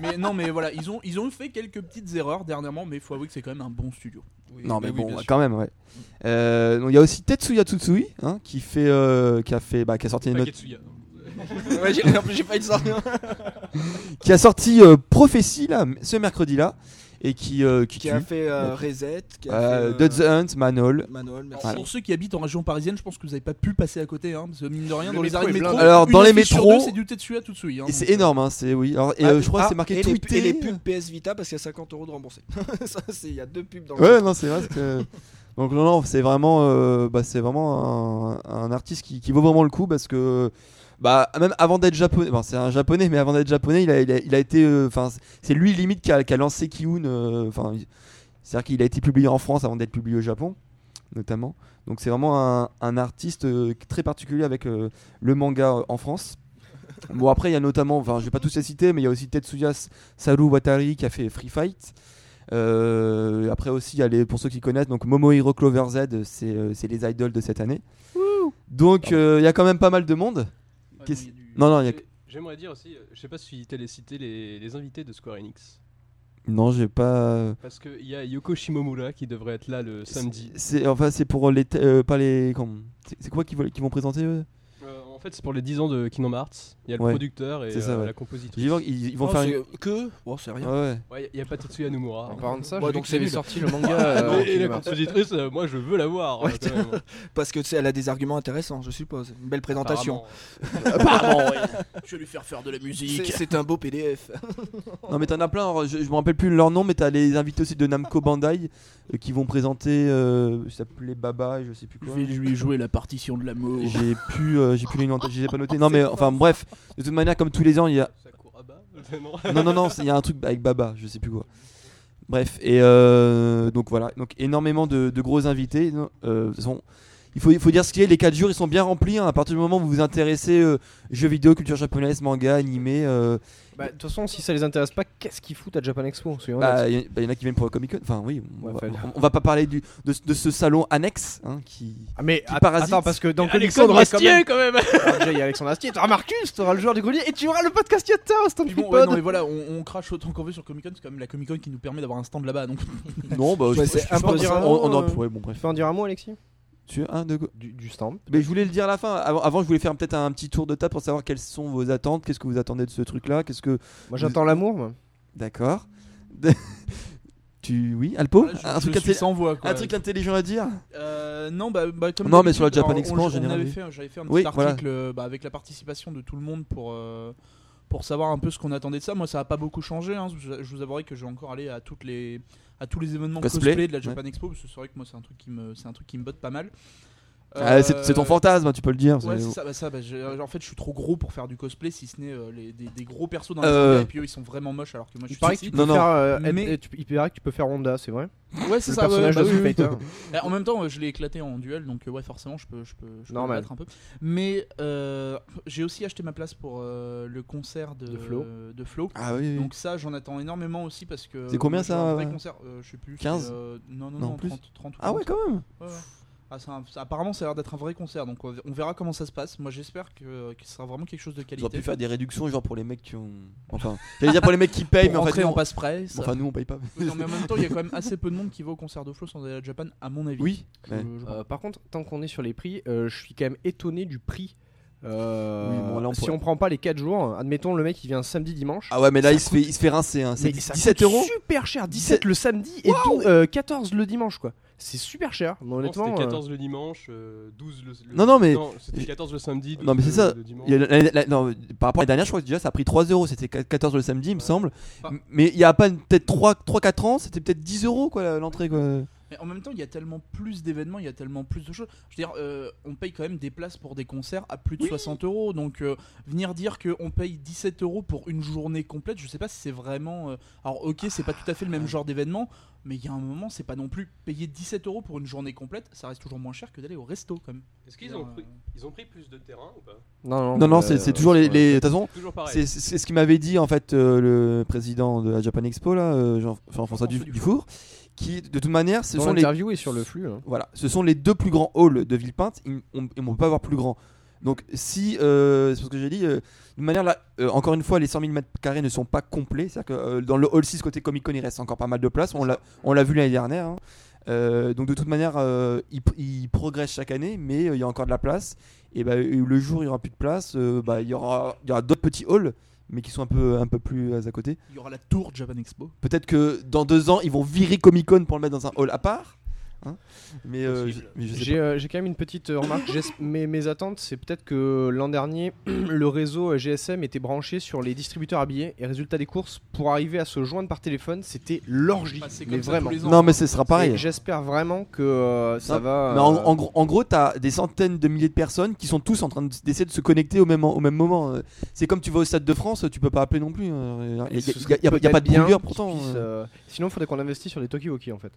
mais non, mais voilà, ils ont, ils ont fait quelques petites erreurs dernièrement, mais faut avouer que c'est quand même un bon studio.
Non mais
bah oui,
bon,
bien sûr.
quand même, ouais. Euh, donc il y a aussi Tetsuya Tsutsui, hein, qui fait, euh, qui a fait, bah, qui a sorti une
Pas
note.
Ketsuya.
Ouais, j'ai- en plus, j'ai failli te sortir.
qui a sorti euh, Prophétie là, ce mercredi là, et qui, euh, qui
Qui
tue.
a fait euh, Reset, qui a
Euh,
fait. euh,
Dud's Hunt, Manol.
Manol, merci.
Voilà.
Pour ceux qui habitent en région parisienne, je pense que vous n'avez pas pu passer à côté, hein, parce que mine de rien,
Le
dans les
métro
arrêts de
est
métro,
blindé.
Alors,
une
dans les
affiche sur
métros-
deux, c'est du Tetsuya Tutsui. hein,
Et c'est
donc, euh,
énorme, hein, c'est oui. Alors, et,
Ah,
euh, je crois
ah,
que c'est marqué
et les,
tweeter.
et les pubs PS Vita parce qu'il y a 50 euros de remboursé. <laughs> Ça, c'est- il y a deux pubs dans le
Ouais, non, c'est vrai. c'est
<laughs>
que- Donc non, non, c'est vraiment, euh, bah, c'est vraiment un, un artiste qui, qui vaut vraiment le coup parce que, bah, même avant d'être japonais, bon, c'est un japonais, mais avant d'être japonais, il a, il a, il a été, euh, enfin, c'est- c'est lui limite qui a, qui a lancé Kiun. euh, Enfin, il- c'est-à-dire qu'il a été publié en France avant d'être publié au Japon, notamment. Donc c'est vraiment un, un artiste euh, très particulier avec euh, le manga euh, en France. Bon après il y a notamment, enfin je vais pas tous les citer, mais il y a aussi Tetsuya S- Saru Watari qui a fait Free Fight. Euh, après aussi, il y a les, pour ceux qui connaissent, donc Momo Hero Clover Z, c'est euh, c'est les idoles de cette année. Donc euh, il y a quand même pas mal de monde.
ouais,
qu'est-ce-
bon, il y a du-
Non, non, il y a... que-
J'ai- J'aimerais dire aussi, euh, je sais pas si t'allais citer les, les invités de Square Enix.
non, j'ai pas.
Parce qu'il y a Yoko Shimomura qui devrait être là le samedi.
C'est enfin c'est pour les t- euh, pas les comment- c'est- c'est quoi qu'ils veulent- qu'ils vont présenter eux
Euh, en fait, c'est pour les 10 ans de Kingdom Hearts. Il y a le
Ouais.
producteur et
C'est ça,
euh,
ouais.
la compositrice.
J'ai vu qu'ils ils vont
Non,
faire.
Oh, c'est-
Une...
Que Bon, c'est rien.
Ouais, ouais.
Ouais, il y a pas Tetsuya Nomura.
En parlant de ça,
Ouais,
j'ai
donc
donc
c'est
c'est
nul.
sorti le <laughs> manga. euh,
<laughs> et la
Kingdom Hearts.
compositrice, euh, moi je veux la voir.
Ouais,
euh,
<laughs>
quand même.
Parce que tu sais, elle a des arguments intéressants, je suppose. Une belle présentation.
Apparemment.
Apparemment, <laughs> ouais. Je vais lui faire faire de la
C'est
musique.
c'est un beau <laughs> PDF.
Non mais t'en as plein. alors, je, je me rappelle plus leur nom, mais t'as les invités aussi de Namco Bandai euh, qui vont présenter. Euh, ça s'appelait Baba et je sais plus
Je
quoi.
vais lui jouer la partition de l'amour.
J'ai plus, euh, j'ai plus les noms en tête, je les ai pas notés. Non mais enfin bref, de toute manière comme tous les ans il y a
euh, Sakuraba
<laughs>
Euh, Non.
non, non, non, c'est- il y a un truc avec Baba, je sais plus quoi. Bref, et euh, donc voilà, donc énormément de, de gros invités. non, euh, de toute façon, il faut, il faut dire ce qu'il y a, les 4 jours ils sont bien remplis. hein, à partir du moment où vous vous intéressez euh, jeux vidéo, culture japonaise, manga, animé, euh,
Bah, De toute façon, si ça les intéresse pas, qu'est-ce qu'ils foutent à Japan Expo soyons
bah,
honnêtes.
il y, a- bah, il y en a qui viennent pour le Comic Con. Enfin, oui, on,
Ouais,
va,
fallait.
on- on va pas parler du, de, ce- de ce salon annexe hein, qui.
Ah, mais att-
parasite.
attends, parce que dans Comic-Con,
Alexandre
il y a quand même-
Astier quand même
Alors, déjà, il y a Alexandre Astier, tu auras Marcus, tu auras le joueur du grenier et tu auras le podcast Yatta, c'est un
Puis bon, ouais, non, mais voilà, on, on crache autant qu'on veut sur Comic Con, c'est quand même la Comic Con qui nous permet d'avoir un stand là-bas. Donc,
Non, bah,
Ouais,
je-
c'est
je- je
impossible.
pense- on, on aurait pu-
Euh,
ouais, bon, bref.
Tu peux en dire un mot, Alexis
Tu un, deux, go-
du, du stand.
Mais je voulais le dire à la fin. Avant, avant, je voulais faire peut-être un petit tour de table pour savoir quelles sont vos attentes, qu'est-ce que vous attendez de ce truc-là, qu'est-ce que
Moi, j'attends l'amour, moi.
D'accord. <laughs> De- tu oui, Alpo,
là, je,
<laughs> un,
je
truc
suis
intelli-
sans voix. Quoi.
un truc intelligent à dire.
Euh, non, bah, bah, comme
Non, mais sur le
d'habitude,
Japan
on-
Expo, en
on- on
général,
avait
oui.
fait- J'avais fait un
Oui,
petit
voilà.
article euh, bah, avec la participation de tout le monde pour, euh, pour savoir un peu ce qu'on attendait de ça. Moi, ça n'a pas beaucoup changé. hein. Je, je vous avouerai que j'ai encore allé à, toutes les, à tous les événements
Cosplay.
cosplay, de la Japan Expo, parce que c'est vrai que moi, c'est un, truc qui me- c'est un truc qui me botte pas mal.
Ah, c'est c'est ton
fantasme
fantasme, hein, tu peux le dire.
Euh, Ouais,
c'est-
c'est ça. Bah, ça bah, j'ai- en fait, je suis trop gros pour faire du cosplay, si ce n'est euh, les- des, des gros persos dans les
Euh.
mangas, Et puis eux, ils sont vraiment moches, alors que moi, je
Il
suis.
paraît que
petit.
tu
Non,
peux
non.
faire, euh,
Mais-
être- tu- il paraît que tu peux faire Honda, c'est vrai
Ouais, c'est
Le
ça. ouais,
personnage
bah
de
oui,
Street
oui.
Fighter.
Euh, En même temps, euh, je l'ai éclaté en duel, donc euh, ouais, forcément, je peux, je peux, je peux
Normal.
me battre un peu. Mais euh, j'ai aussi acheté ma place pour euh, le concert de,
De Flo.
de Flo.
Ah oui. oui.
Donc ça, j'en attends énormément aussi parce que.
C'est combien,
moi, j'ai
ça,
un vrai
euh,
concert, euh, je sais plus. c'est,
15?
euh, non, non,
Non,
non,
plus
30, 30 ou
ah ouais,
40.
quand même.
Ouais, ouais. Ah, c'est un- ça- apparemment, ça a l'air d'être un vrai concert, donc on on verra comment ça se passe. Moi, j'espère que, que ce sera vraiment quelque chose de
Ils auraient
qualité.
pu faire des réductions, genre pour les mecs qui ont. <laughs> Enfin, j'allais dire pour les mecs qui payent, mais en fait,
on
nous,
passe presse.
on- enfin nous on paye pas.
non, mais en même temps, il y a quand même assez peu de monde qui va au concert de Flo sans aller à Japan, à mon avis.
oui.
Je-
ouais.
je pense.
Euh, par contre, tant qu'on est sur les prix, euh, je suis quand même étonné du prix. Euh,
Oui, bon, là, on
si
pourrait-
on prend pas les 4 jours, admettons le mec il vient samedi dimanche.
Ah ouais, mais là
Ça
il se fait, il se fait rincer. hein, C'est
mais ça
17
coûte
euros.
Super cher, 17 le samedi et
Waouh
12, euh, 14 le dimanche quoi. C'est super cher, mais
Non,
honnêtement.
C'était
euh,
14 le dimanche, euh, 12 le, le-
Non, non, mais-
c'était 14 le samedi.
Non, mais
12
c'est ça.
le- le dimanche.
Il y a la- la- la- non, par rapport à la dernière, je crois que déjà ça a pris 3 euros. C'était 14 le samedi, il me semble.
Ah.
Mais il y a à peine peut-être 3-4 ans, c'était peut-être 10 euros quoi l'entrée quoi.
Mais en même temps, il y a tellement plus d'événements, il y a tellement plus de choses. Je veux dire, euh, on paye quand même des places pour des concerts à plus de 60 euros. Donc, euh, venir dire qu'on paye 17 euros pour une journée complète, je sais pas si c'est vraiment. euh, Alors, ok, c'est pas tout à fait le
Ah.
même genre d'événement, mais il y a un moment, c'est pas non plus. Payer 17 euros pour une journée complète, ça reste toujours moins cher que d'aller au resto, quand même.
Est-ce qu'ils ont, pris- ils ont pris plus de terrain ou pas
Non, non,
Non, non,
euh,
c'est c'est toujours les.
sur-
les- De toute façon,
Toujours pareil.
c'est c'est ce qui m'avait dit en fait euh, le président de la Japan Expo, là, euh, Jean- Jean-François Du-
Jean-François
Dufour, qui de toute manière, ce
Dans
sont les,
l'interview et sur le flux. hein.
voilà, ce sont les deux plus grands halls de Villepinte. Ils- On ne peut pas avoir plus grand. Donc, si, euh, c'est ce que j'ai dit, euh, de manière là, euh, encore une fois, les 100 000 mètres carrés ne sont pas complets. C'est-à-dire que euh, dans le hall 6 côté Comic Con, il reste encore pas mal de place. On l'a on l'a vu l'année dernière. hein. Euh, donc de toute manière, euh, il, pr- il progresse chaque année, mais euh, il y a encore de la place. Et bah, euh, le jour où il n'y aura plus de place, euh, bah, il y aura, il y aura d'autres petits halls, mais qui sont un peu, un peu plus euh, à côté.
Il y aura la tour Japan Expo.
Peut-être que dans deux ans, ils vont virer Comic Con pour le mettre dans un hall à part. hein. mais, euh, je,
Possible.
mais je sais
J'ai euh, j'ai quand même une petite euh, remarque. J'es- mes, mes attentes, c'est peut-être que l'an dernier, <clears throat> le réseau euh, GSM était branché sur les distributeurs à billets. Et résultat des courses, pour arriver à se joindre par téléphone, c'était l'orgie.
Bah, c'est comme
mais
ça
vraiment.
tous les
pas.
ans.
Non, mais ce sera pareil.
Et J'espère vraiment que euh, ça
Non,
va.
Mais en,
euh,
en gros, en gros, t'as des centaines de milliers de personnes qui sont tous en train de- d'essayer de se connecter au même, au même moment. Euh, C'est comme tu vas au Stade de France, tu peux pas appeler non plus. euh, Il
ce
n'y
serait
a, il y a pas de
bien
brouilleur
qu'ils
pourtant.
puissent,
euh.
euh, Sinon, il faudrait qu'on investisse sur les Tokiwoki en fait.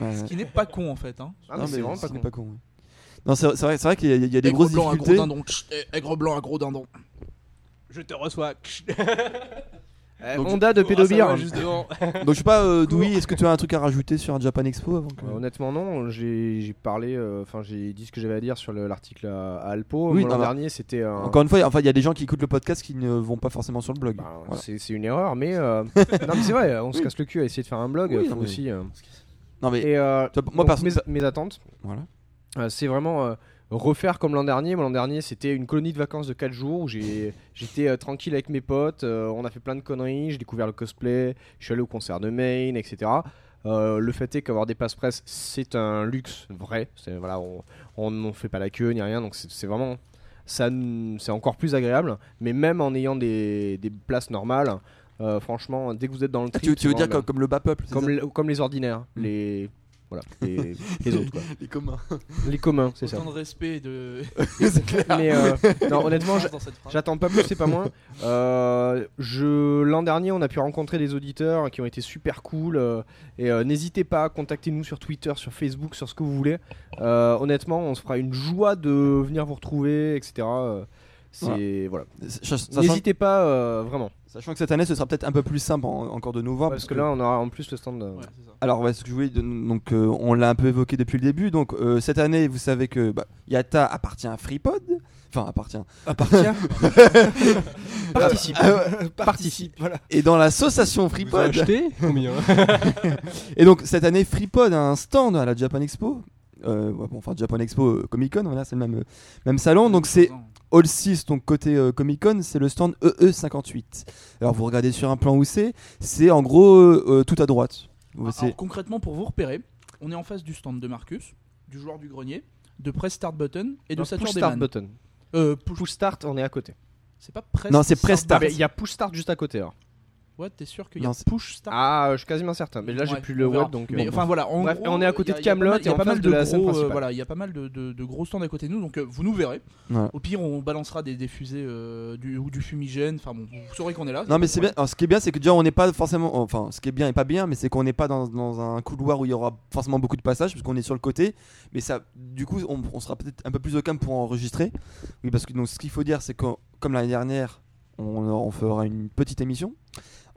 Ouais.
euh,
Ce qui n'est pas con en fait. Hein.
Ah,
Non,
mais c'est
mais
vraiment
ce
pas
n'est
con.
con, ouais. Non, c'est c'est vrai, c'est vrai qu'il y a, il y a des
Aigre
grosses
blanc, un gros
difficultés.
dindon. Chut, eh, Aigre blanc, un gros dindon.
Je te reçois. <laughs>
Euh,
Donc, oh, ah,
Honda de pédobir.
juste
<laughs>
devant.
Donc je sais pas,
<laughs>
euh, Douy, est-ce que tu as un truc à rajouter sur un Japan Expo avant que-
Euh, honnêtement non, j'ai j'ai parlé, euh, enfin j'ai dit ce que j'avais à dire sur le- l'article à, à Alpo. Moi,
Oui, non,
L'an
bah,
dernier c'était un...
Encore une fois, enfin, il y a des gens qui écoutent le podcast qui ne vont pas forcément sur le blog.
bah,
Voilà.
c'est c'est une erreur, mais
<laughs>
euh, non mais c'est vrai, on se casse le cul à essayer de faire un blog
Oui,
faut
non, mais-
aussi. euh,
Non mais
Et euh,
toi, moi
donc,
perso-
mes, mes attentes,
voilà.
euh, c'est vraiment euh, refaire comme l'an dernier. Moi l'an dernier c'était une colonie de vacances de 4 jours où j'ai- <laughs> j'étais euh, tranquille avec mes potes, euh, on a fait plein de conneries, j'ai découvert le cosplay, je suis allé au concert de Maine, etc. Euh, le fait est qu'avoir des passes presse, c'est un luxe vrai. C'est- Voilà, on on ne fait pas la queue ni rien, donc c'est c'est vraiment ça, n- c'est encore plus agréable. Mais même en ayant des, des places normales, euh, franchement, dès que vous êtes dans le
Ah,
trip,
tu, tu veux
c'est
dire
vraiment
comme, comme le bas peuple,
bien.
c'est
hein. comme
ça Hmm.
le- comme les ordinaires, les voilà,
<laughs>
les, les autres quoi.
les communs.
les communs, c'est ça.
Autant de respect et
<laughs>
de.
<laughs> Mais euh, <laughs> non, honnêtement,
Ah,
je-
dans cette phrase.
J'attends pas plus, c'est pas moins. Euh, je l'an dernier, on a pu rencontrer des auditeurs qui ont été super cool. euh, et euh, n'hésitez pas à contacter nous sur Twitter, sur Facebook, sur ce que vous voulez. Euh, honnêtement, on se fera une joie de venir vous retrouver, etc. Euh, C'est voilà.
Sachant,
N'hésitez pas euh, vraiment,
sachant que cette année, ce sera peut-être un peu plus simple en- encore de nous voir.
parce que là, on aura en plus le stand. euh,
Ouais, c'est ça.
Alors, ouais, ce que je voulais, don- donc, euh, on l'a un peu évoqué depuis le début. Donc, euh, cette année, vous savez que bah, Yata appartient à Freepod. Enfin, appartient.
Participe.
Ah participe. Voilà.
Et dans l'association
Vous avez
Freepod.
acheté Combien
Et donc, cette année, Freepod a un stand à la Japan Expo. Euh, ouais, bon, enfin, Japan Expo euh, Comic Con, voilà, c'est le même, euh, même
<laughs>
salon. Donc, c'est Hall 6, donc côté euh, Comic Con, c'est le stand EE58. Alors, vous regardez sur un plan où c'est. C'est en gros euh, euh, tout à droite. Vous- c'est-
Alors, concrètement, pour vous repérer, on est en face du stand de Marcus, du joueur du grenier, de Press Start Button et de
non, push
Saturday
start
Man.
button.
Euh, push-
Push start, on est à côté.
C'est pas Press
Non, c'est Press
Ah,
Start.
mais Il y a push start juste à côté. alors.
Ouais, t'es sûr qu'il y a
Non, c'est-
Push Start
Ah, je suis quasiment certain. Mais là, j'ai
Ouais,
plus le
on verra.
web, donc. euh,
Mais enfin voilà, en
Bref,
gros,
on est à
y
côté
a-
de
y a pas mal-
Camelot et
y a
en
pas
face
mal
de la scène
gros, euh,
principale.
Voilà, il y a pas mal de, de- de gros stands à côté de nous, donc euh, vous nous verrez.
Voilà.
Au pire, on balancera des, des fusées euh, du, ou du fumigène. Enfin bon, vous saurez qu'on est là.
Non mais c'est bien. Alors, ce qui est bien, c'est que déjà on n'est pas forcément. Enfin, ce qui est bien et pas bien, mais c'est qu'on n'est pas dans, dans un couloir où il y aura forcément beaucoup de passages, parce qu'on est sur le côté. Mais ça, du coup, on, on sera peut-être un peu plus au calme pour enregistrer. Oui, parce que donc ce qu'il faut dire, c'est que comme l'année dernière, on, on fera une petite émission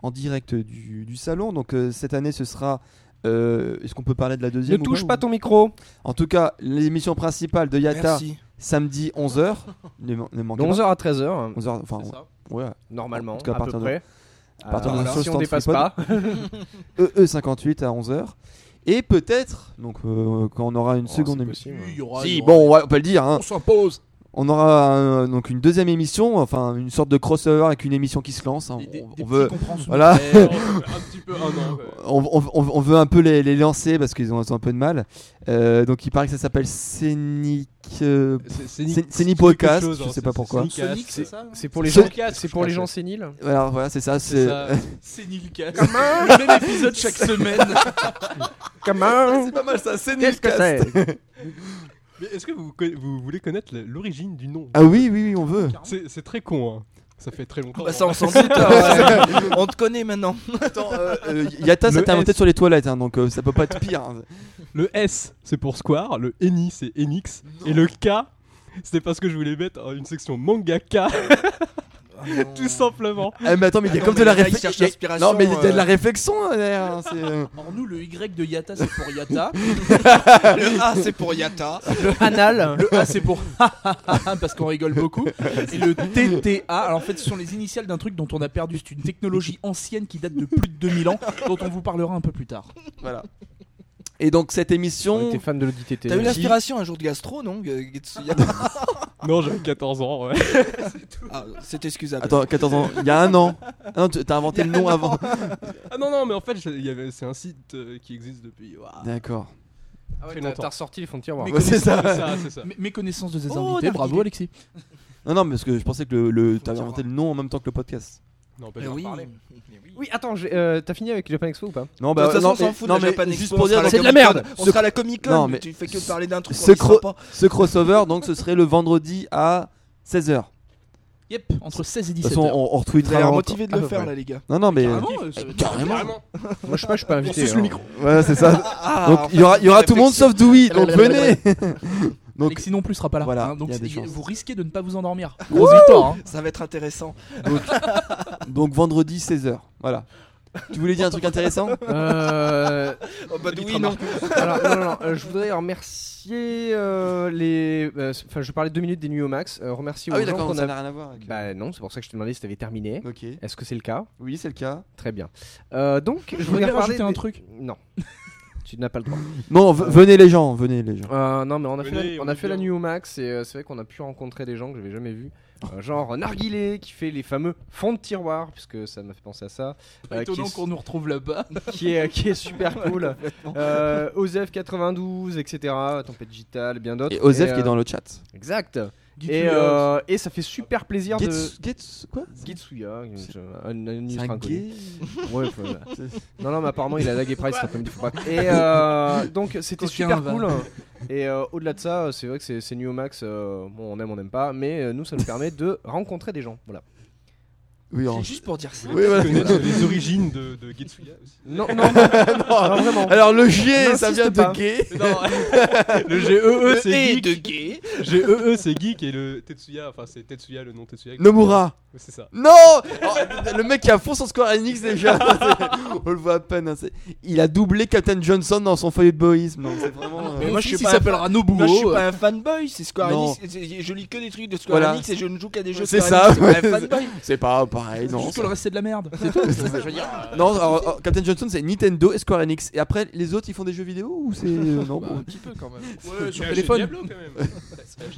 en direct du, du salon. Donc euh, cette année, ce sera. euh, Est-ce qu'on peut parler de la
Ne
deuxième ou
touche
ou-
pas ton micro.
En tout cas, l'émission principale de Yata
Merci.
samedi 11h. ne, man- ne
De
manquez
11h à 13h.
pas. 11h. Enfin,
C'est ça.
ouais.
normalement,
En tout cas, à
à,
partir
peu
de-
près.
à partir de
Euh,
la
si
sauce
on dépasse
Tantripode.
pas,
EE58 E à 11h. Et peut-être, donc euh, quand on aura une
Oh,
seconde
c'est
émission.
Si,
possible.
il y aura- il
Si,
y aura-
bon, ouais, on peut le dire. hein.
on s'impose.
On aura euh, donc une deuxième émission, enfin une sorte de crossover avec une émission qui se lance. hein.
Des- des-
On-
des
on, veut,
petits compréhensions.
voilà.
Ouais, ouais.
Eh, Un petit peu, un an. quoi.
on, on- on- on veut un peu les, les lancer parce qu'ils ont, ils ont un peu de mal. Euh, donc il paraît que ça s'appelle Scénic. euh,
C'est-
C'est- c'est ni
quelque
podcast,
chose,
je
hein,
sais pas
c'est-
pourquoi.
c'est Sonic,
Sonic, c'est ça
c'est pour les
C'est-
gens, c'est pour les gens séniles.
voilà, voilà, c'est ça.
C'est
C'est
ça.
<laughs> C'est Nilcast. Le même épisode chaque semaine.
Comment
pas mal ça,
Qu'est-ce que
Scénicast.
c'est
Mais est-ce que vous, conna- vous voulez connaître le- l'origine du nom
<laughs> Ah oui, oui, oui, on veut.
C'est c'est très con, hein. Ça fait très longtemps.
Bah ça on s'en doute. hein, ouais. <laughs> on te connaît maintenant.
Attends, euh, euh, Yata, ça
Le
t'est inventé
S.
sur les toilettes, hein, donc euh, ça peut pas être pire. hein.
<laughs> Le S, c'est pour Square. Le Eni, c'est Enix. Et le K, c'était parce que je voulais mettre euh, une section manga K, <laughs>
Ah
tout simplement.
Ah, mais attends, mais il y a
Attends,
comme de
mais
la
le gars, il
réflexion.
cherche l'inspiration,
Non, mais il y a de la
euh.
réflexion hein, derrière. hein, c'est, euh.
Alors nous, le Y de Yata, c'est pour Yata.
Le A Ah, c'est
<laughs>
pour Yata.
Anal.
Le A c'est pour <laughs> parce qu'on rigole beaucoup. Et le TTA, alors en fait, ce sont les initiales d'un truc dont on a perdu. C'est une technologie ancienne qui date de plus de 2000 ans, dont on vous parlera un peu plus tard.
Voilà. Et donc cette
On
émission,
était fan de l'ODTT.
T'as eu
aussi.
l'inspiration un jour de gastro, non Gu- Getsuya
Non, j'avais 14 ans, ouais.
Ah, C'est excusable.
attends, 14 ans, il y a un an. Ah non, tu- t'as inventé le nom avant.
Ah non, non, mais en fait, je- il y avait- c'est un site euh, qui existe depuis. Ouah.
D'accord.
Ah ouais,
Très
t'as-
longtemps. Ah,
T'as ressorti les fonds de tiroir.
Mais
Ouais, c'est ça.
C'est ça, c'est ça.
Mes- Mes connaissances de ces
Oh,
invités,
narguilé.
bravo Alexis.
Non, non, mais parce que je pensais que le, le-
Faut
t'avais
dire,
inventé le nom en même temps que le podcast.
Non, pas
Mais
Bah, j'en
oui.
parlais.
Mais oui.
Oui, attends, j'ai- euh, t'as fini avec Japan Expo ou pas
Non, bah,
De toute façon,
non,
on s'en
mais-
fout
non,
de la
mais
Japan
juste
Expo,
pour
on
dire,
sera
donc,
c'est de la
Comic-Con.
merde.
On
Ce-
sera à la Comic
Non,
Con,
mais
tu fais que parler d'un truc.
ce
qu'on ne
cro-
sait pas.
ce crossover, donc ce serait le vendredi à 16h.
Yep, entre 16 et
De toute
17
façon,
heures.
on, on
Vous
retweetera.
avez l'air
encore-
motivé de
à
le
peu
faire
près.
là, les gars.
Non, non, mais.
Carrément, euh, ça va être-
Carrément.
Moi, je sais pas, je suis pas invité.
suce le
hein.
micro.
Voilà, c'est ça.
Ah,
Donc, il y aura, il y aura tout le monde sauf Doui, donc venez. <laughs> donc,
Alexis non plus sera pas là.
Voilà,
hein, donc
il y a des
c'est-
chances.
vous risquez de ne pas vous endormir. Grosse victoire. hein.
Ça va être intéressant.
donc vendredi 16h. Voilà. Tu voulais dire un truc intéressant
<laughs> Euh,
Oh, bah, oui,
Dites-moi,
non.
Alors, non, non, non, euh, je voudrais remercier euh, les. euh, Enfin, je parlais deux minutes des nuits au max. euh, remercier
Ah
aux
oui,
gens
d'accord,
qu'on
ça
a.
n'a rien à voir. avec-
Bah non, c'est pour ça que je te demandais si t'avais terminé.
Ok.
Est-ce que c'est le cas
Oui, c'est le
<laughs>
cas.
Très bien. Euh, donc, je
Je
voulais
voulais
parler.
rajouter un truc.
Non. <laughs> tu n'as pas le droit.
Non, v- venez les gens, venez les gens.
Euh, non, mais on a
Venez,
fait, la, on
on
a
est
fait la
bien.
nuit au max et euh, c'est vrai qu'on a pu rencontrer des gens que j'avais jamais vus. Euh, genre Narguilé qui fait les fameux fonds de tiroir, puisque ça m'a fait penser à ça. euh, qui,
Étonnant
est,
qu'on nous retrouve là-bas.
qui, est, qui est super cool. euh, Osef 92, etc. Tempête Digital, bien d'autres.
Et Osef
Et,
qui est
euh,
dans le chat.
Exact. Et,
Guitouillard.
euh, et ça fait super plaisir de.
Gets, gets, quoi
Gitsuya,
C'est-
un, un, un
C'est
illustre
un
inconnu.
gay
Ouais, <laughs> enfin, voilà. Non, non, mais apparemment il a lagué Price cet après-midi. faut pas. Et euh, <laughs> donc c'était
Coquin
super
va.
cool. Et euh, au-delà de ça, c'est vrai que c'est, c'est New Max. euh, bon, on aime, on n'aime pas, mais euh, nous ça nous permet de rencontrer des gens. Voilà.
<laughs> Oui, en-
C'est juste pour dire ça.
Oui, voilà.
Connaître les origines de, de Getsuya aussi.
Non, <laughs> non, non, non, vraiment.
Alors le G,
N'insiste
ça vient
pas.
de gay. <laughs> E,
le GEE, c'est
Et
geek.
de gay.
GEE, E c'est geek et le Tetsuya, enfin, c'est Tetsuya, le nom Tetsuya.
Nomura.
Ouais, C'est ça.
Non Oh, Le mec qui a fond son Square Enix déjà. <laughs> On le voit à peine. hein, c'est- Il a doublé Captain Johnson dans son feuillet de boïsme. Non, c'est vraiment. euh,
Mais
Moi,
aussi,
je suis
il
pas. s'appellera Nobuo.
Moi, je suis pas un fanboy, c'est Square
Non.
Enix. c'est- Je lis que des trucs de Square
Voilà.
Enix et je ne joue qu'à des jeux
C'est
Square
ça,
Enix. Je suis pas
ouais.
un fanboy.
C'est pas pareil, non.
Juste que le reste c'est de la <laughs> merde. C'est tout. Je veux dire,
Non, alors, alors, Captain Johnson c'est Nintendo et Square Enix. Et après, les autres ils font des jeux vidéo ou c'est. euh, non, bon.
petit peu quand même.
Ouais, sur
téléphone.
Diablo, quand même.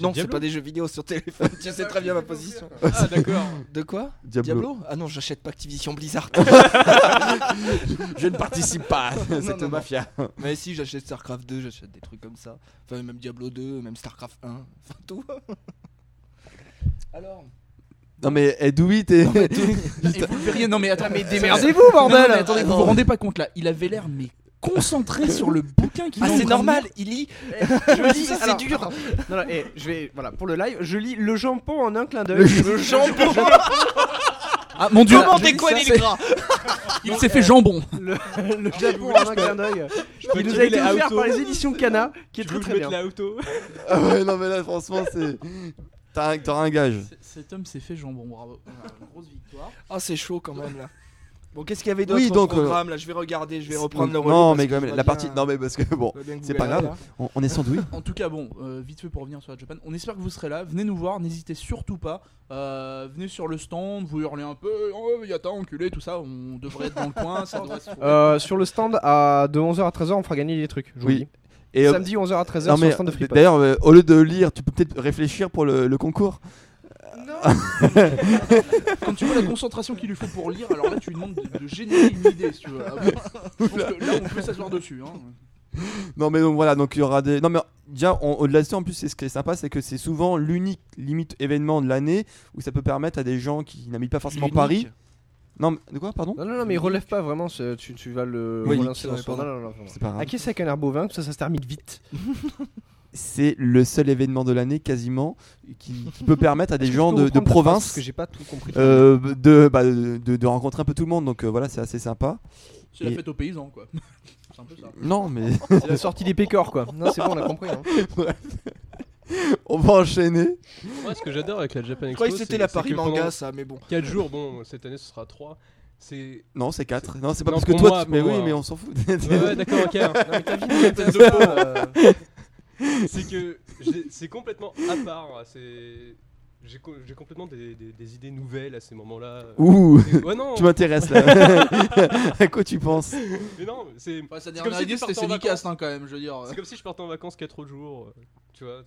Non, c'est pas des jeux vidéo sur téléphone. Tu sais très bien ma position.
Ah, d'accord.
De quoi
Diablo.
Diablo Ah non, j'achète pas Activision Blizzard.
Je ne participe pas à cette
non, non.
mafia.
Mais si, j'achète StarCraft 2, j'achète des trucs comme ça. Enfin, même Diablo 2, même StarCraft 1, enfin tout. Alors
Non, mais eh, Dewey, t'es.
et vous le verriez. Non mais attends, mais
Démerdez-vous, bordel
attendez, vous vous rendez pas compte là. Il avait l'air mais concentré sur le bouquin qu'il
Ah,
est en train
c'est
de
normal,
lire.
il lit
Je
dis, c'est dur.
Non, non, et je vais, voilà, pour le live, je lis le jambon en un clin d'œil.
Le
le jambon
Ah mon dieu.
Comment
je
t'es
dis
quoi,
ça,
les gras
Il s'est fait jambon.
Le, le jambon en un clin d'œil. Il nous a été offert par les éditions Cana, qui est
Tu veux
très
que je
très bien.
mette la auto
<laughs> Ah ouais, non, mais là, franchement, c'est. T'as un, t'auras un gage.
Cet homme s'est fait jambon. Bravo. Grosse victoire.
Ah, c'est chaud quand même là. Bon, qu'est-ce qu'il y avait d'autre
Oui,
au
donc, euh,
programme là Je vais regarder, je vais reprendre le relais.
Non,
parce
mais
que
quand
je
même,
vois
la
bien-
partie. Non, mais parce que bon,
je vois bien que
c'est
vous
pas
galérez,
grave. on, on est sans
<laughs>
Dewey.
En tout cas, bon, euh, vite fait pour revenir sur la Japan, on espère que vous serez là, venez nous voir, n'hésitez surtout pas, Euh, venez sur le stand, vous hurlez un peu, oh Yata, enculé, tout ça, on devrait être dans le coin, ça devrait se trouver.
Euh, sur le stand à de 11h à 13h, on fera gagner des trucs. Je vous
Oui.
le dis.
Et, euh,
Samedi 11h à 13h
non,
sur le
mais
stand de Freepod.
d'ailleurs, euh, au lieu de lire, tu peux peut-être réfléchir pour le, le concours.
Quand tu vois la concentration qu'il lui faut pour lire, alors là tu lui demandes de, de générer une idée, si tu veux. Ah bon Je pense que là on peut s'asseoir dessus. Hein.
Non, mais donc voilà, donc il y aura des. Non, mais déjà, on- au-delà de ça, en plus, c'est ce qui est sympa, c'est que c'est souvent l'unique limite événement de l'année où ça peut permettre à des gens qui n'habitent pas forcément
L'unique.
Paris.
Euh,
Non, mais de quoi, pardon
Non, non, non, mais relève pas vraiment, ce- tu, tu vas le
Oui,
relancer
oui,
dans son.
pardon.
non, non, non, non.
C'est pas grave.
À qui c'est canard bovin Comme ça, ça se termine vite.
C'est le seul événement de l'année quasiment qui, qui peut permettre à des gens de, de
Parce
province
que j'ai pas tout compris.
euh, de, bah, de, de rencontrer un peu tout le monde. Donc euh, voilà, c'est assez sympa.
C'est la
Et-
fête aux paysans, quoi. C'est un peu ça.
Non, mais
C'est la sortie des pécores, quoi. Non, c'est bon, on a compris. hein.
<laughs> on va enchaîner.
Moi, ce que j'adore avec la Japan
Je
Expo,
croyais que c'était la Paris Manga ça, mais bon.
4 jours, bon, cette année ce sera 3.
<laughs>
C'est.
Non, c'est 4. Non, c'est pas
Non,
parce que
pour
toi,
moi,
tu- mais
pour
oui,
moi.
mais on s'en fout. <laughs>
Ouais, ouais, d'accord, ok. hein.
Non, mais t'as vu,
<laughs> Captain
ça, euh,
euh.
<laughs> C'est que j'ai- c'est complètement à part. C'est J'ai co- j'ai complètement des, des- des idées nouvelles à ces moments-là.
Ouh,
<laughs> C'est- Ouais, non,
tu m'intéresses
<laughs>
là. à quoi tu penses <laughs>
mais non, c'est
Enfin, sa
comme
dernière
si
idée,
tu
c'était
partais en
Sénicast, hein, quand même, je veux dire.
c'est comme si je partais en vacances 4 jours, euh, tu vois.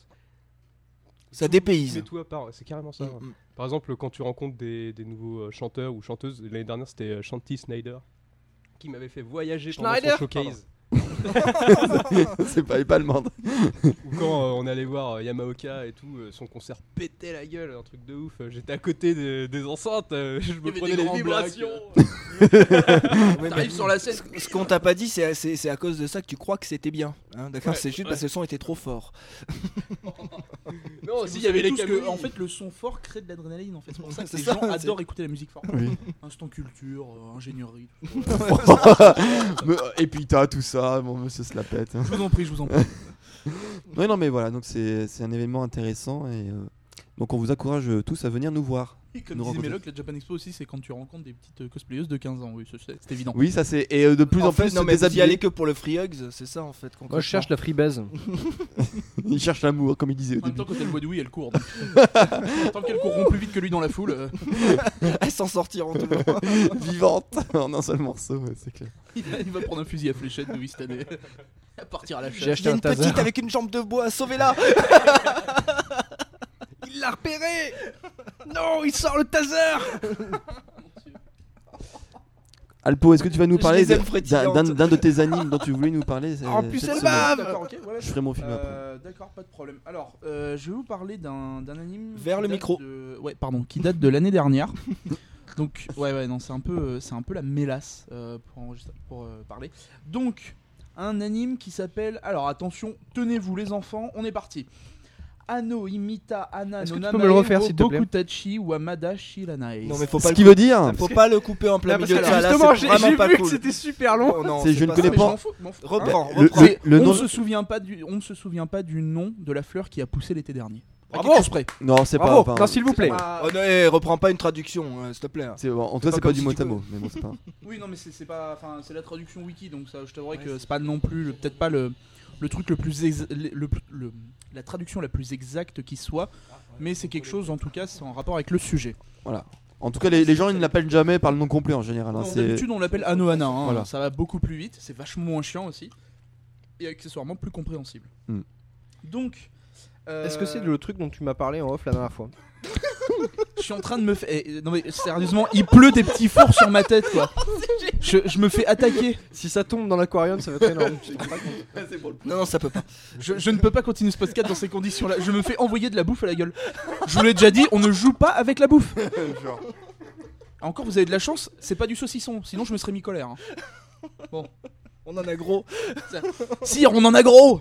Ça
Mais
dépayse.
tout à part, c'est carrément ça.
Mm, mm.
Par exemple, quand tu rencontres des, des nouveaux euh, chanteurs ou chanteuses, l'année dernière c'était euh, Shanti Snyder qui m'avait fait voyager pendant son
Schneider
showcase.
C'est pas, pas allemande.
Ou quand euh, on allait voir euh, Yamaoka et tout, euh, son concert pétait la gueule, un truc de ouf. euh, J'étais à côté des- des enceintes, euh, <laughs> je me
avait
prenais
des
les
grands
vibrations.
Ouais,
T'arrives
mais
sur la scène.
Ce qu'on t'a pas dit, c'est à, c'est- c'est à cause de ça que tu crois que c'était bien. hein, D'accord
Ouais,
C'est juste
ouais.
parce que le son était trop fort.
non,
Parce que
s'il
vous
y avait
savez
les
tous que,
Camouilles.
En fait, le son fort crée de l'adrénaline. En fait, c'est pour ça que
C'est
les
ça,
gens
c'est-
adorent écouter la musique <laughs> forte.
<laughs> Oui.
Instant culture, euh, ingénierie.
<laughs> Mais, euh, Et puis t'as tout ça, mon monsieur se la pète. hein.
Je vous en prie, je vous en prie.
Oui, non, mais voilà, donc c'est c'est un événement intéressant et euh, donc on vous encourage euh, tous à venir nous voir.
Et comme
Nous
disait
rencontrer.
Méloc, la Japan Expo aussi, c'est quand tu rencontres des petites euh, cosplayeuses de 15 ans. Oui, c'est- c'est c'est évident.
Oui, ça c'est et euh, de plus en,
fait,
plus
non,
se
mais vous y
déshabiller.
allez que pour le free hugs, c'est ça en fait.
<laughs> Moi, je cherche la freebase.
<laughs> Il cherche l'amour, comme il disait au
En même
début.
temps, quand elle voit de oui, elle
<laughs>
court. donc. Tant qu'elle courront plus vite que lui dans la foule. euh,
<laughs> à s'en sortir en tout cas.
Vivante <laughs> en un seul morceau, ouais, c'est clair.
Il va, il va prendre un fusil à fléchette, Louis, cette année. À partir à la
<laughs> J'ai
chasse.
Il
acheté
y a
un
une
taser. Ah,
petite avec une jambe de bois, sauvez-la Il l'a repéré Non, il sort le taser
Alpo, est-ce que tu vas nous
Je
parler
les
de-
aime
d'un
frétillantes.
d'un- d'un de tes animes dont tu voulais nous parler euh,
En
Oh,
plus,
cette
elle
semaine
bat
D'accord, ok, voilà.
Je ferai mon film après.
bah, Euh, D'accord, pas de problème. Alors, euh, je vais vous parler d'un d'un anime.
Vers
qui
le
date
micro.
de- Ouais, pardon, qui date de l'année
<laughs>
dernière. Donc, ouais, ouais, non, c'est un peu, euh, c'est un peu la mélasse euh, pour, enregistrer- pour euh, parler. Donc, un anime qui s'appelle. Alors, attention, tenez-vous les enfants, on est parti. Ano imita ana
Est-ce
no
que tu peux me le
namae
refaire,
wo
s'il te plaît
Bokutachi wamada shiranae.
Non mais faut
Ce
pas,
qui
le,
veut dire,
faut pas le couper en plein
Parce
milieu de
que
ça, là c'est
justement, j'ai j'ai
vraiment pas
vu que
cool.
c'était super long.
Oh non,
C'est- je ne
pas
connais
ça.
Mais je
pas.
m'en fous, je m'en fous.
Reprends,
le-
reprends.
le- le
hein on
nom-
se souvient pas du, on ne se souvient pas du nom de la fleur qui a poussé l'été dernier. À
Bravo.
quelque chose près.
non, c'est pas. hein.
Bravo,
enfin,
non, s'il vous plaît.
Oh non, eh, reprends pas une traduction, euh, s'il te plaît.
c'est- en tout cas,
pas
c'est pas
comme
du
si
mot
tu
à
peux.
mot, mais bon, c'est pas. grave.
Oui, non, mais c'est c'est pas, enfin, c'est la traduction wiki, donc ça, je t'avouerai
Ouais,
que
c'est-
c'est pas non plus, le- peut-être pas le, le truc le plus, ex- le, le plus- le- la traduction la plus exacte qui soit,
Ah,
mais c'est quelque chose, en tout cas, c'est en rapport avec le sujet.
En tout cas, les, les gens ils ne l'appellent jamais par le nom complet en général. hein,
Non,
c'est-
D'habitude, on l'appelle Anohana, hein,
Voilà.
ça va beaucoup plus vite, c'est vachement moins chiant aussi, et accessoirement plus compréhensible.
Hmm.
Donc. euh,
Est-ce que c'est le truc dont tu m'as parlé en off la dernière fois
Je suis en train de me faire. eh, Non mais sérieusement, il pleut des petits fours sur ma tête
<laughs>
quoi. Je, je me fais attaquer.
Si ça tombe dans l'aquarium, ça va être <laughs> énorme.
Non, non, ça peut pas.
Je, je ne peux pas continuer ce podcast dans ces conditions là. Je me fais envoyer de la bouffe à la gueule. Je vous l'ai déjà dit, on ne joue pas avec la bouffe. Encore, vous avez de la chance, c'est pas du saucisson. Sinon, je me serais mis colère. hein.
On en a gros.
Sire, on en a gros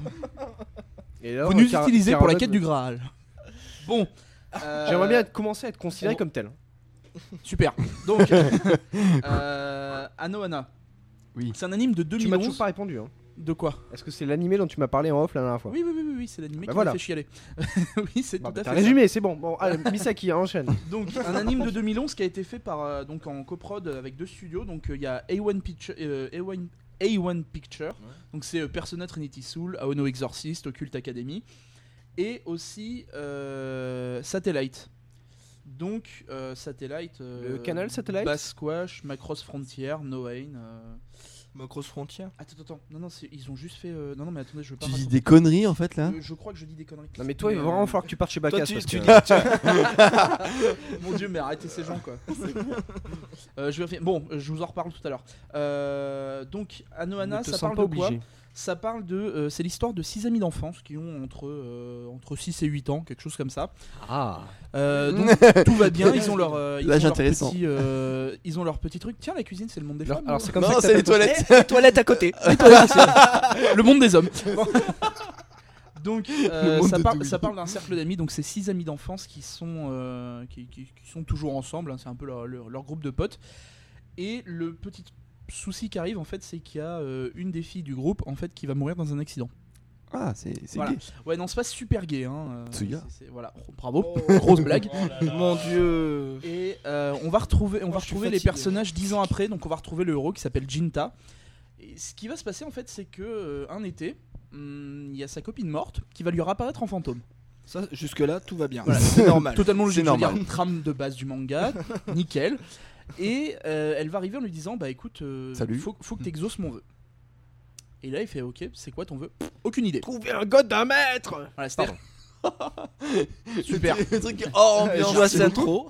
Et là,
Vous
on
nous
car-
utilisez pour la
carotte,
quête du Graal. Bon. euh,
<laughs> J'aimerais bien être- commencer à être considéré
on-
comme tel.
Super.
<laughs>
Donc, euh, Anohana.
Oui.
C'est un anime de
Tu m'as toujours
2011.
pas répondu. hein.
De quoi
Est-ce que c'est l'animé dont tu m'as parlé en off la dernière fois
Oui, oui, oui, oui, oui, c'est l'animé
Bah
qui
voilà.
m'a fait chialer. <laughs> oui, c'est
Bah,
tout à fait.
t'as
ça.
Résumé, c'est bon. Bon, allez, Misaki, <laughs> enchaîne.
Donc, un anime de 2011 qui a été fait par, euh, donc, en coprod avec deux studios. Donc, euh, il y a A1 Picture. euh, A1 A1 Picture, donc c'est euh, Persona Trinity Soul, Aono Exorcist, Occult Academy, et aussi euh, Satellite. Donc euh, Satellite. euh,
Le canal Satellite
Bass Squash, Macross Frontier, No Ain. euh,
Ma grosse frontière.
Attends, attends, non, non, c'est- ils ont juste fait. euh, Non, non, mais attendez, je veux pas.
Tu dis
raconter.
des conneries hein en fait là
Euh, je crois que je dis des conneries.
Non, mais toi, il va
euh,
vraiment falloir que tu partes chez Bacas.
Toi, tu-
parce
tu
que-
Mon dieu, mais arrêtez ces gens
<laughs>
quoi. <laughs> Euh, je vais refaire- Bon, euh, je vous en reparle tout à l'heure. Euh, donc,
Ne
Anohana,
te
ça
sens
parle
pas
de quoi
obligé.
Ça parle de. euh, c'est l'histoire de six amis d'enfance qui ont entre, euh, entre 6 et 8 ans, quelque chose comme ça.
Ah. <laughs>
Euh, donc, tout va bien, ils ont leur. euh, ils
L'âge
ont leur
intéressant.
petit, euh, ils ont leur petit truc. Tiens, la cuisine, c'est le monde des
Alors,
femmes.
alors, c'est comme
Non,
ça que
c'est
t'as
les
pas-
toilettes.
toilette à côté.
le monde des hommes. Bon. <laughs> Donc euh,
Le monde
ça,
de
parle-
Douy.
ça parle d'un cercle d'amis, donc c'est six amis d'enfance qui sont euh, qui, qui- qui sont toujours ensemble, hein, c'est un peu leur, leur- leur groupe de potes. Et le petit souci qui arrive en fait, c'est qu'il y a euh, une des filles du groupe en fait qui va mourir dans un accident.
Ah, c'est c'est
Voilà.
gay.
Ouais, non, c'est pas super gay. Hein, euh,
Tsuya.
c'est- c'est- voilà, bravo, grosse blague.
<laughs>
Mon dieu.
Et euh, on va retrouver, on va
je suis
retrouver les
fatigué.
personnages dix ans après. Donc on va retrouver le héros qui s'appelle Jinta. Et ce qui va hmm, se passer en fait, c'est que euh, un été, hum, il y a sa copine morte qui va lui réapparaître en fantôme.
Ça, jusque-là, tout va bien.
Voilà,
<laughs> Ah, c'est normal.
Totalement
C'est
logique. je veux dire,
normal.
trame de base du
<laughs>
manga, nickel. Et euh, elle va arriver en lui disant Bah écoute, euh,
Salut.
Faut, faut
Hmm.
que t'exauces mon vœu. Et là, il fait Ok, c'est quoi ton vœu Pff, Aucune idée.
Trouver un god d'un maître
Voilà, c'est-à-dire-
<laughs>
Super.
Le truc hors ambiance.
Je vois ça
trop.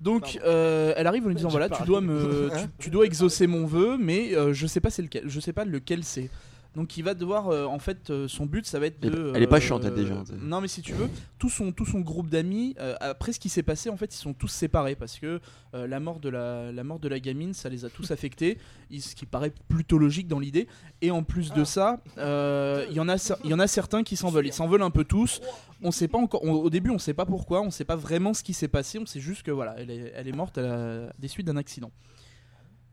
Donc, euh, elle arrive en lui disant Voilà, tu dois, me, tu, tu dois exaucer mon vœu, mais euh, je sais pas c'est lequel. Je sais pas lequel c'est. Donc, il va devoir, euh, en fait, euh, son but, ça va être
Elle est-
de.
elle est pas
euh,
chiante, elle, déjà, t'sais.
Non, mais si tu veux, tout son, tout son groupe d'amis, euh, après ce qui s'est passé, en fait, ils sont tous séparés parce que euh, la, mort de la, la mort de la gamine, ça les a tous affectés, il- ce qui paraît plutôt logique dans l'idée. Et en plus de ça, euh, il y en a cer- il y en a certains qui s'en veulent. Ils s'en veulent un peu tous. On sait pas encore. on- au début, on sait pas pourquoi, on sait pas vraiment ce qui s'est passé. On sait juste que voilà, elle est, elle est morte à la- des suites d'un accident.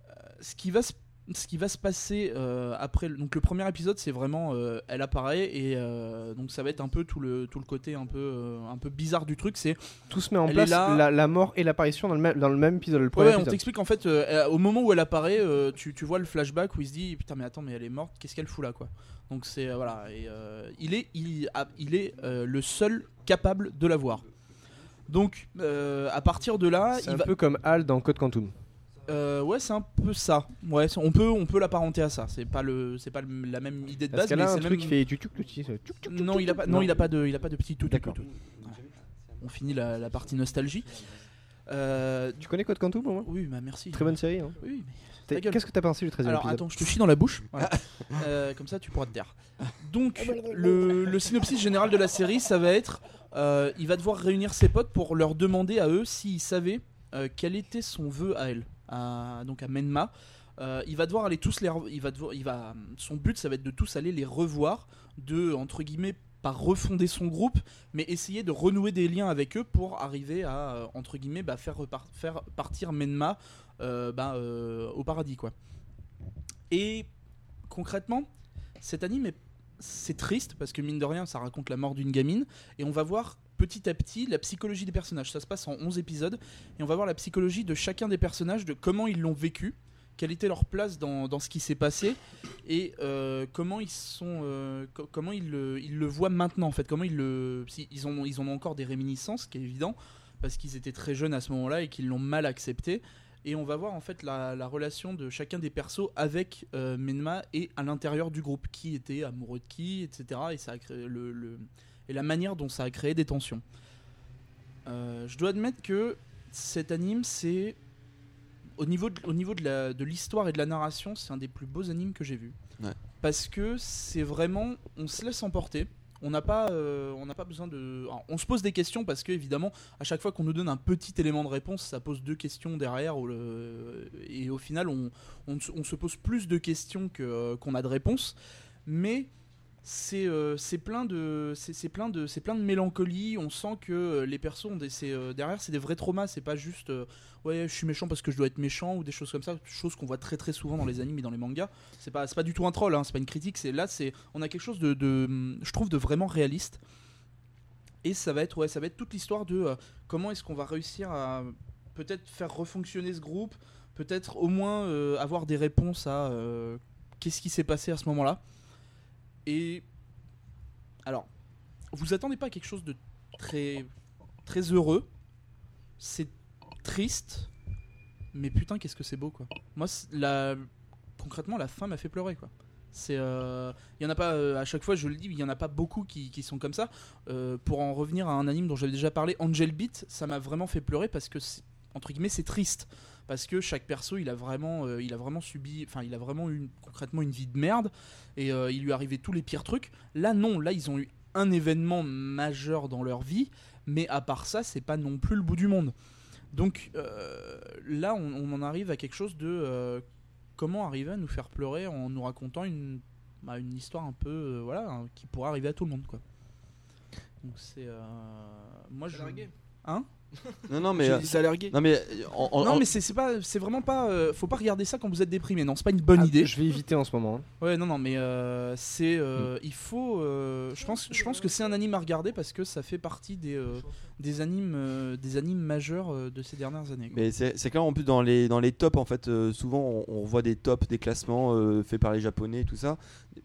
Euh, ce qui va se ce qui va se passer euh, après le- donc le premier épisode c'est vraiment euh, elle apparaît et euh, donc ça va être un peu tout le tout le côté un peu euh, un peu bizarre du truc c'est
Tout se met en
Elle est
place,
là.
la, la mort et l'apparition dans, le même- dans le même épisode. Le
Ouais,
premier
ouais, on
épisode.
t'explique en fait, euh, elle- au moment où elle apparaît, euh, tu, tu vois le flashback où il se dit putain mais attends mais elle est morte, qu'est-ce qu'elle fout là quoi. Donc c'est euh, voilà, et, euh, il est il, a- il est euh, le seul capable de la voir. Donc euh, à partir de là,
C'est
il
un
va-
peu comme Hal dans Code Quantum.
euh, ouais c'est un peu ça. Ouais, c'est- on peut on peut l'apparenter à ça. C'est pas le c'est pas le- la même idée de base,
Parce qu'elle
mais
a un
c'est le
truc
même.
qui fait tuc, tuc, tuc, tuc, tuc, tuc, tuc,
Non, il a pas, non,
Non.
il a pas de, il a pas de petit tout.
D'accord.
On finit la, la partie nostalgie. Euh,
Tu connais Code Quantum au moins
oui, bah merci.
Très bonne série. hein.
Oui, Ta
T'as-
gueule.
Qu'est-ce que t'as pensé du 13 e
Alors
épisode
attends, je te chie dans la bouche. Voilà. Euh, comme ça, tu pourras te taire. Donc, le, le synopsis général de la série, ça va être euh, il va devoir réunir ses potes pour leur demander à eux s'ils savaient euh, quel était son vœu à elle, à- donc à Menma. Euh, il va devoir aller tous les, re- il va devoir- il va, son but, ça va être de tous aller les revoir, de entre guillemets pas refonder son groupe, mais essayer de renouer des liens avec eux pour arriver à euh, entre guillemets bah, faire, repart- faire partir Menma euh, bah, euh, au paradis quoi. Et concrètement, cet anime est- c'est triste parce que mine de rien, ça raconte la mort d'une gamine et on va voir petit à petit la psychologie des personnages. Ça se passe en 11 épisodes et on va voir la psychologie de chacun des personnages, de comment ils l'ont vécu, quelle était leur place dans, dans ce qui s'est passé et euh, comment ils sont, euh, co- comment ils le, ils le voient maintenant en fait, comment ils le, si- ils ont, ils en ont encore des réminiscences, ce qui est évident parce qu'ils étaient très jeunes à ce moment-là et qu'ils l'ont mal accepté. Et on va voir en fait la, la relation de chacun des persos avec euh, Menma et à l'intérieur du groupe, qui était amoureux de qui, etc. Et, ça a créé le, le- et la manière dont ça a créé des tensions. Euh, je dois admettre que cet anime, c'est au niveau de, au niveau de la- de l'histoire et de la narration, c'est un des plus beaux animes que j'ai vu.
Ouais.
Parce que c'est vraiment, on se laisse emporter. On n'a pas, euh, on n'a pas besoin de. alors, on se pose des questions parce que évidemment, à chaque fois qu'on nous donne un petit élément de réponse, ça pose deux questions derrière. ou le- Et au final, on, on ne se- on se pose plus de questions que, euh, qu'on a de réponses. Mais c'est euh, c'est plein de c'est c'est plein de c'est plein de mélancolie on sent que euh, les persos ont des, c'est, euh, derrière c'est des vrais traumas c'est pas juste euh, ouais je suis méchant parce que je dois être méchant ou des choses comme ça chose qu'on voit très très souvent dans les animes et dans les mangas c'est pas c'est pas du tout un troll hein, c'est pas une critique c'est là c'est on a quelque chose de, de, hum, je trouve de vraiment réaliste et ça va être ouais ça va être toute l'histoire de euh, comment est-ce qu'on va réussir à peut-être faire refonctionner ce groupe peut-être au moins euh, avoir des réponses à euh, qu'est-ce qui s'est passé à ce moment-là et alors, vous attendez pas à quelque chose de très très heureux. C'est triste, mais putain qu'est-ce que c'est beau quoi. Moi, c'est- la concrètement la fin m'a fait pleurer quoi. C'est euh, il y en a pas euh, à chaque fois je le dis, il y en a pas beaucoup qui, qui sont comme ça. Euh, pour en revenir à un anime dont j'avais déjà parlé, Angel Beat, ça m'a vraiment fait pleurer parce que c'est- entre guillemets c'est triste parce que chaque perso il a vraiment euh, il a vraiment subi enfin il a vraiment eu une- concrètement une vie de merde et euh, il lui arrivait tous les pires trucs. Là, non, là, ils ont eu un événement majeur dans leur vie, mais à part ça, c'est pas non plus le bout du monde. Donc euh, là, on, on en arrive à quelque chose de euh, comment arriver à nous faire pleurer en nous racontant une, bah, une histoire un peu euh, voilà hein, qui pourrait arriver à tout le monde quoi. Donc c'est euh, moi je
largué.
hein
Non, non, mais.
J'ai
euh,
dit ça a l'air gay.
Non, mais. euh, en- en-
Non,
en-
mais c'est c'est pas, c'est vraiment pas. euh, faut pas regarder ça quand vous êtes déprimé. Non, c'est pas une bonne
Ah,
idée.
Je vais éviter en ce moment. hein.
Ouais, non, non, mais euh, c'est.
Hmm.
euh, Il faut. euh, je pense, je pense que c'est un anime à regarder parce que ça fait partie des euh, des animes, euh, des animes majeurs euh, de ces dernières années. quoi.
mais c'est c'est clair, en plus, dans les, dans les tops, en fait, euh, souvent, on, on voit des tops, des classements euh, faits par les Japonais, tout ça,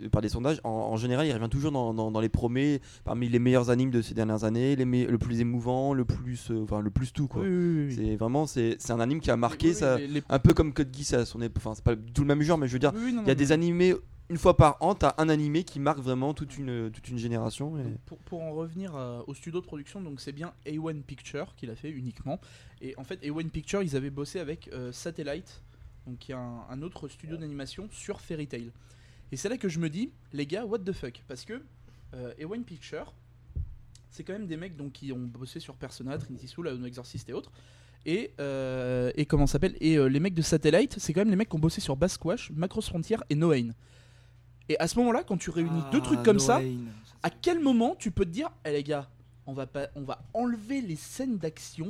euh, par des sondages. En, en général, il revient toujours dans, dans, dans les premiers, parmi les meilleurs animes de ces dernières années, les me- le plus émouvant, le plus. euh, Enfin, le plus tout, quoi.
Oui, oui, oui, oui.
C'est vraiment, c'est c'est un anime qui a marqué,
Oui, oui,
ça,
les- les-
un peu comme Code Geass à son époque. Enfin, c'est pas du tout le même genre, mais je veux dire,
oui, oui, non,
il y a
non,
des animés une fois par an, t'as un animé qui marque vraiment toute une toute une génération. et-
Pour, pour en revenir à- au studio de production, donc c'est bien A1 Picture qu'il a fait uniquement. Et en fait, A1 Picture, ils avaient bossé avec euh, Satellite, donc qui est un, un autre studio d'animation sur Fairy Tail. Et c'est là que je me dis, les gars, what the fuck Parce que euh, A1 Picture, c'est quand même des mecs donc, qui ont bossé sur Persona, Trinity Soul, Aono Exorcist et autres. Et, euh, et comment ça s'appelle Et euh, les mecs de Satellite, c'est quand même les mecs qui ont bossé sur Basquash, Macros Frontier et Noain. Et à ce moment-là, quand tu réunis
Ah,
deux trucs comme ça, à quel moment tu peux te dire, eh les gars, on va, pas, on va enlever les scènes d'action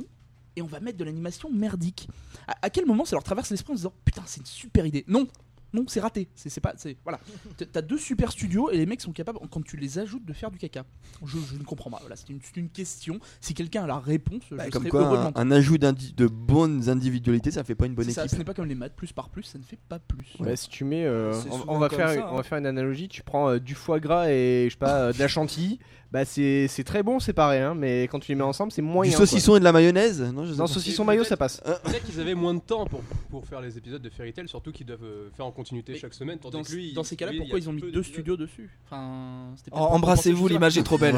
et on va mettre de l'animation merdique à, à quel moment ça leur traverse l'esprit en se disant, putain, c'est une super idée Non non, c'est raté. C'est c'est pas. C'est
<laughs>
voilà. T'as- T'as deux super studios et les mecs sont capables, quand tu les ajoutes, de faire du caca. Je, je ne comprends pas. Voilà, c'est une, c'est une question. Si quelqu'un a la réponse,
Bah,
je
comme
serais
quoi,
heureux de
un,
l'entendre.
un ajout d'indi- de bonnes individualités, ça fait pas une bonne
C'est ça,
équipe.
ce n'est pas comme les maths, plus par plus, ça ne fait pas plus.
Ouais, si tu mets, euh,
C'est
on,
souvent
on va
comme
faire,
ça, hein.
on va faire une analogie. Tu prends euh, du foie gras et je sais pas euh, de la chantilly. Bah c'est c'est très bon, c'est pareil. Hein, mais quand tu les mets ensemble, c'est
du
moyen. quoi.
saucisson et de la mayonnaise Non, je sais
Non,
pas. <laughs>
saucisson maillot, ça passe.
Peut-être qu'ils avaient moins de temps pour, pour faire les épisodes de Fairy Tail, surtout qu'ils doivent euh, faire en continuité
Mais
chaque semaine. tandis
Dans,
que lui,
dans
il-
ces cas-là,
lui, il y
pourquoi
a
ils ont mis
peu
deux
d'épisodes.
studios dessus Enfin, c'était peut-être
Oh,
pas pour
Embrassez-vous,
penser tout ça.
l'image est trop belle.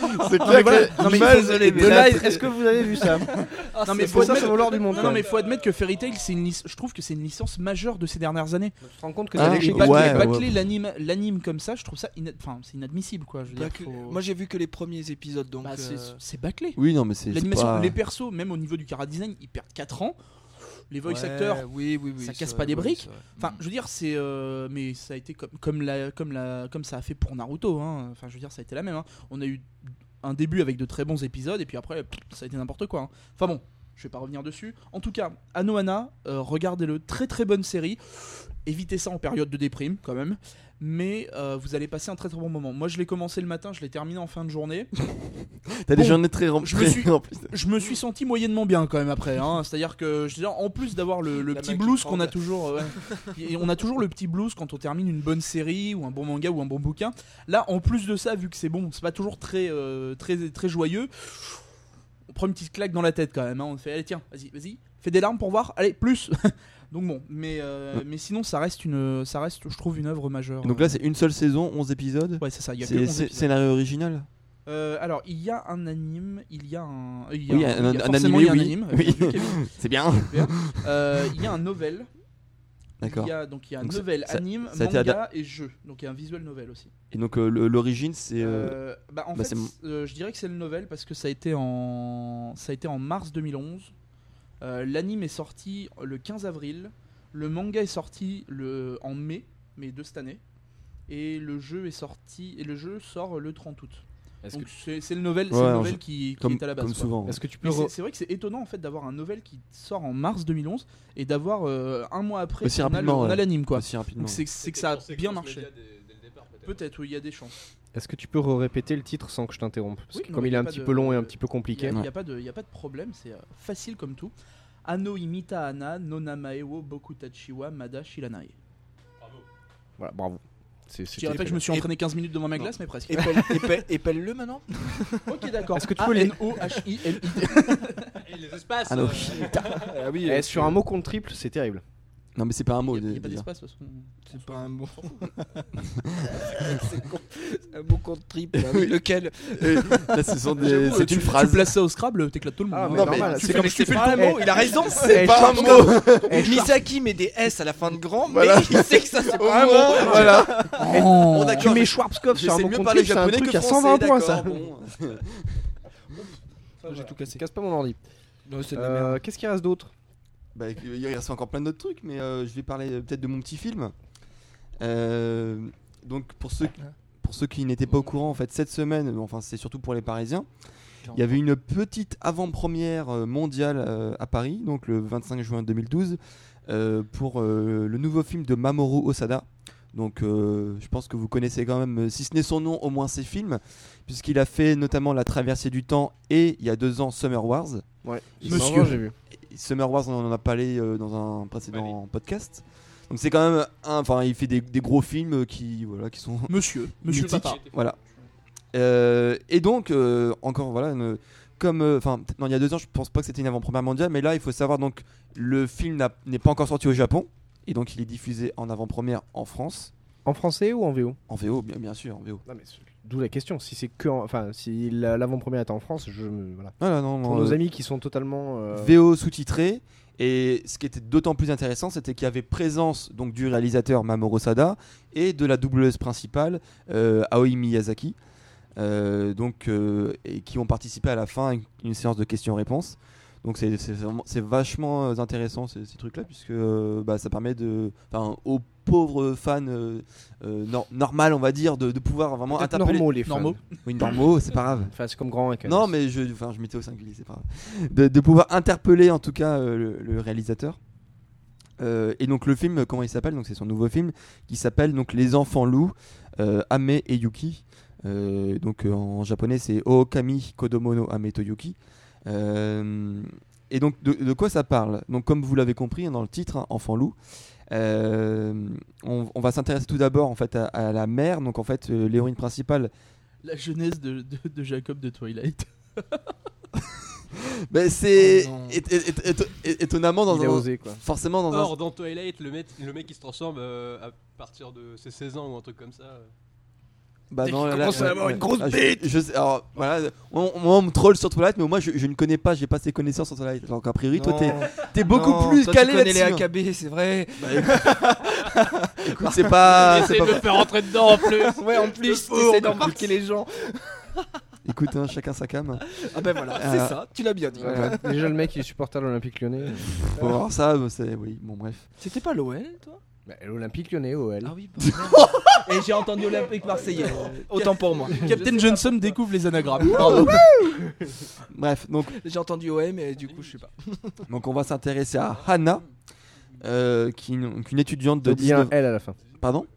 C'est
Non, mais voilà.
clair que-
Non, mais
Mal-
désolé, mais
de là,
là,
est-ce que vous avez vu
<laughs>
ça
Non, mais
mais
faut
ça,
admettre-
ça vaut l'or du monde.
Non, non,
quoi.
mais faut admettre que Fairy Tail, c'est une lic- je trouve que c'est une licence majeure de ces dernières années.
Tu te rends compte que
Hein
t'as léché
Et
Ouais,
bâcler,
ouais.
bâcler l'anime, l'anime comme ça, je trouve ça ina- enfin, c'est inadmissible quoi. Je veux
Bah,
dire,
que-
faut-
Moi j'ai vu que les premiers épisodes donc.
Bah, c'est,
euh,
c'est bâclé.
Oui, non, mais c'est. c'est
L'animation,
pas-
les persos, même au niveau du chara design, ils perdent 4 ans. Les voice
ouais,
acteurs,
oui, oui, oui,
ça casse
c'est
pas des
vrai, Mm.
briques.
ouais, c'est vrai.
enfin, je veux dire, c'est euh, mais ça a été comme comme la comme la comme ça a fait pour Naruto. hein. Enfin, je veux dire, ça a été la même. hein. On a eu un début avec de très bons épisodes et puis après, pff, ça a été n'importe quoi. hein. Enfin bon, je vais pas revenir dessus. En tout cas, Anohana, euh, regardez-le, très très bonne série. Évitez ça en période de déprime quand même. Mais euh, vous allez passer un très très bon moment. Moi, je l'ai commencé le matin, je l'ai terminé en fin de journée.
T'as des
Bon,
journées très remplies.
je me suis-
<laughs> en plus.
je me suis senti moyennement bien quand même après. hein. C'est-à-dire que je veux dire, en plus d'avoir le, le
La
petit
main qui
blues qu'on a
tremble.
toujours, euh, ouais. Et on a toujours le petit blues quand on termine une bonne série ou un bon manga ou un bon bouquin. Là, en plus de ça, vu que c'est bon, c'est pas toujours très euh, très très joyeux. On prend une petite claque dans la tête quand même. hein. On fait allez tiens, vas-y, vas-y, fais des larmes pour voir. Allez plus. <laughs> Donc bon, mais euh, mais sinon ça reste une ça reste, je trouve une œuvre majeure.
Donc là, c'est une seule saison, 11 épisodes.
ouais c'est ça. Il y a que
C'est
11
c'est-
épisodes.
scénario original.
Euh, alors il y a un anime, il y a un il y a
Oui,
un,
un,
il y a
un
forcément, il
animé,
y a un
oui.
anime.
Oui.
Bien vu, Kevin.
c'est bien.
Euh, il y a un novel. Il
D'accord.
y a, donc il y a un
Donc ça-
novel,
ça-
anime,
ça a été
manga et jeu. Donc il y a un visual novel aussi.
Et donc euh, le- l'origine, c'est. euh,
Euh, bah, en
bah,
fait,
c'est-
euh, je dirais que c'est le novel parce que ça a été en, ça a été en mars 2011. Euh, L'anime est sorti le 15 avril. Le manga est sorti le, en mai, mais de cette année. Et le jeu est sorti et le jeu sort le 30 août.
Est-ce
Donc c'est c'est le novel, c'est
Ouais,
le
en
novel
fait,
qui, qui
Comme,
est à la base.
comme
quoi.
souvent.
Est-ce que tu peux
Mais
re-
c'est- C'est vrai que c'est étonnant en fait d'avoir un novel qui sort en mars 2011 et d'avoir euh, un mois après
Aussi
on a le-
rapidement,
on a
ouais.
l'anime quoi.
Aussi rapidement.
Donc c'est c'est que ça a bien marché.
euh, Peut-être.
Peut-être, oui, il y a des chances.
Est-ce que tu peux répéter le titre sans que je t'interrompe Parce
Oui,
que
non,
comme
mais
il
y
est
a
un
pas
petit
de-
peu long et un petit peu
Il n'y
compliqué.
a,
Ouais.
il y a pas de il y a pas de problème, c'est euh, facile comme tout. Ano imita Ana, Nonamae wo Boku Tachiwa, Mada Shiranae.
Voilà, bravo. C'est c'est
Je dirais
très
pas que je me suis
Et-
entraîné 15 minutes devant ma
Non.
glace, mais presque.
<laughs> Épelle- épelle- Épelle-le maintenant
<laughs> ok, d'accord.
Est-ce que tu peux les-
A-N-O-H-I-L-I-T.
Et Eh, les espaces
Ah non.
euh,
<laughs> Ah oui,
bien. Eh, sur un mot contre triple, c'est terrible.
<laughs> Non, mais c'est pas un mot.
Il n'y a
déjà.
pas d'espace, de toute façon.
c'est pas un mot. <laughs> c'est con- c'est un mot contre triple. ah oui, Lequel
<laughs> Là, ce sont
<laughs>
des-
J'avoue,
C'est
tu-
une phrase.
Tu
<laughs>
places ça au Scrabble, t'éclates tout le monde.
Ah, mais
hein.
normal,
Tu
c'est
fais
comme
les-
C'est
tu fais
pas un
le- Oh,
mot, il a <laughs> raison.
Eh,
C'est pas un
Sharp
mot.
<laughs> Eh,
Misaki met des S à la fin de grand, mais il sait que ça c'est pas un mot.
Voilà. eh,
Oh.
On a
Tu mets Schwarzkopf sur un
J'essaie
mot
de mieux
contre
parler
triple, c'est un
japonais
truc
que
à
français.
120 points
D'accord.
ça.
bon.
<laughs>
<laughs>
J'ai tout cassé.
Casse pas mon ordi.
Non, c'est de la merde.
Euh, Qu'est-ce qu'il reste d'autre
Bah, il reste encore plein d'autres trucs, mais euh, je vais parler euh, peut-être de mon petit film. Euh, euh, donc pour ceux, pour ceux qui n'étaient pas au courant, en fait, cette semaine, enfin c'est surtout pour les Parisiens, Il y avait une petite avant-première euh, mondiale euh, à Paris, donc le 25 juin 2012, euh, pour euh, le nouveau film de Mamoru Osada. Donc euh, je pense que vous connaissez quand même, euh, si ce n'est son nom, au moins ses films, puisqu'il a fait notamment La traversée du temps et il y a deux ans Summer Wars.
Ouais.
Et
Monsieur,
Summer Wars,
j'ai vu.
Summer Wars, on en a parlé euh, dans un précédent podcast. Donc c'est quand même un, enfin il fait des, des gros films euh, qui voilà qui sont <laughs>
Monsieur, monsieur
Mythique.
papa.
voilà. Euh, et donc, euh, encore, voilà, une- comme. euh, Enfin, peut-être- non, il y a deux ans, je pense pas que c'était une avant-première mondiale, mais là, il faut savoir, donc, le film n'a- n'est pas encore sorti au Japon, et donc il est diffusé en avant-première en France,
En français ou en VO
en VO, bien, bien sûr, en VO.
Non, mais c'est- D'où la question. Si c'est que, en- enfin, si la- l'avant-première est en France, je me- voilà.
Voilà, non,
Pour
non,
nos
euh,
amis qui sont totalement. euh,
VO sous-titré. Et ce qui était d'autant plus intéressant, c'était qu'il y avait présence donc du réalisateur Mamoru Sada et de la doubleuse principale euh, Aoi Miyazaki, euh, donc euh, et qui ont participé à la fin à une, une séance de questions-réponses. Donc c'est c'est vraiment- c'est vachement euh, intéressant ces, ces trucs-là puisque euh, bah, ça permet de, enfin, aux pauvres fans euh, euh, nor- normal on va dire de, de pouvoir vraiment
peut-être
interpeller.
normaux, les fans.
normaux.
Oui normaux, c'est pas grave.
Enfin, c'est comme grand. Inc,
Non,
hein.
mais je, enfin, je m'étais au singulier, c'est pas grave. De, de pouvoir interpeller en tout cas euh, le, le réalisateur. Euh, et donc le film, euh, comment il s'appelle Donc c'est son nouveau film qui s'appelle donc Les Enfants Loups, euh, Ame et Yuki. Euh, donc euh, en japonais c'est Ookami Kodomo no Ame to Yuki. Euh, et donc de, de quoi ça parle Donc comme vous l'avez compris hein, dans le titre, hein, Enfant Loup. euh, on, on va s'intéresser tout d'abord en fait à, à la mère. Donc en fait euh, l'héroïne principale
La jeunesse de, de, de Jacob de Twilight.
Ben c'est
Oh non.
é- é- é- é- étonnamment dans
il a
un
osé quoi.
forcément dans
Or,
un
dans Twilight, le mec, le mec il se transforme euh, à partir de ses 16 ans ou un truc comme ça.
bah
Il commence à avoir une grosse
Ah, je-
bite.
Je, sais- alors voilà, on, moi, on me troll sur Twilight mais moi je, je ne connais pas, j'ai pas ces connaissances sur Twilight. Alors qu'a priori toi t'es t'es beaucoup plus calé
là-dessus. les
là-dessus. hein.
AKB,
<laughs>
c'est vrai.
Écoute,
<laughs>
c'est pas Ah, c'est
Essaye
pas
de me faire rentrer dedans
<laughs>
en plus
Ouais, en plus, t'essaies d'embarquer les gens.
Écoute hein, chacun sa cam.
Ah ben voilà,
Ah.
c'est ça, tu l'as bien dit.
Voilà. Déjà, le mec, il est supporter de l'Olympique lyonnais.
Faut voir ça, euh, c'est oui, bon bref.
C'était pas l'OL, toi Ah
Bah, L'Olympique lyonnais, OL.
Ah,
oui, Et j'ai entendu Olympique
<laughs>
Marseillais. Autant pour moi.
Captain Johnson découvre les anagrammes. Pardon.
Bref, donc
J'ai entendu OM et du coup, je sais pas.
donc on va s'intéresser à Hannah euh, qui est une, donc une étudiante de
Il y a un
19
L à la fin.
pardon <laughs>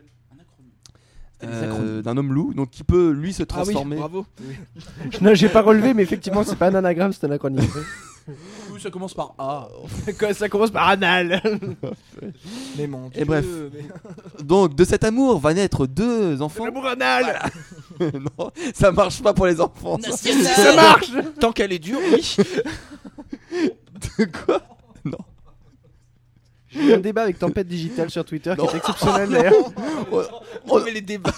Euh, d'un homme loup donc qui peut lui se
Ah oui,
transformer
bravo.
<laughs> Non, j'ai pas relevé, mais effectivement, c'est pas un anagramme, c'est un <laughs> acronyme.
Oui, ça commence par A.
ça commence par <laughs> anal.
Mais mon Dieu.
Et bref.
mais-
donc de cet amour va naître deux enfants
L'amour anal.
<laughs> non ça marche pas pour les enfants ça.
Ça marche Tant qu'elle est dure, oui.
De <laughs> quoi non
<laughs> J'ai eu un débat avec Tempête Digitale sur Twitter
Non.
qui est
<laughs>
exceptionnel d'ailleurs.
<laughs> on,
On met les débats.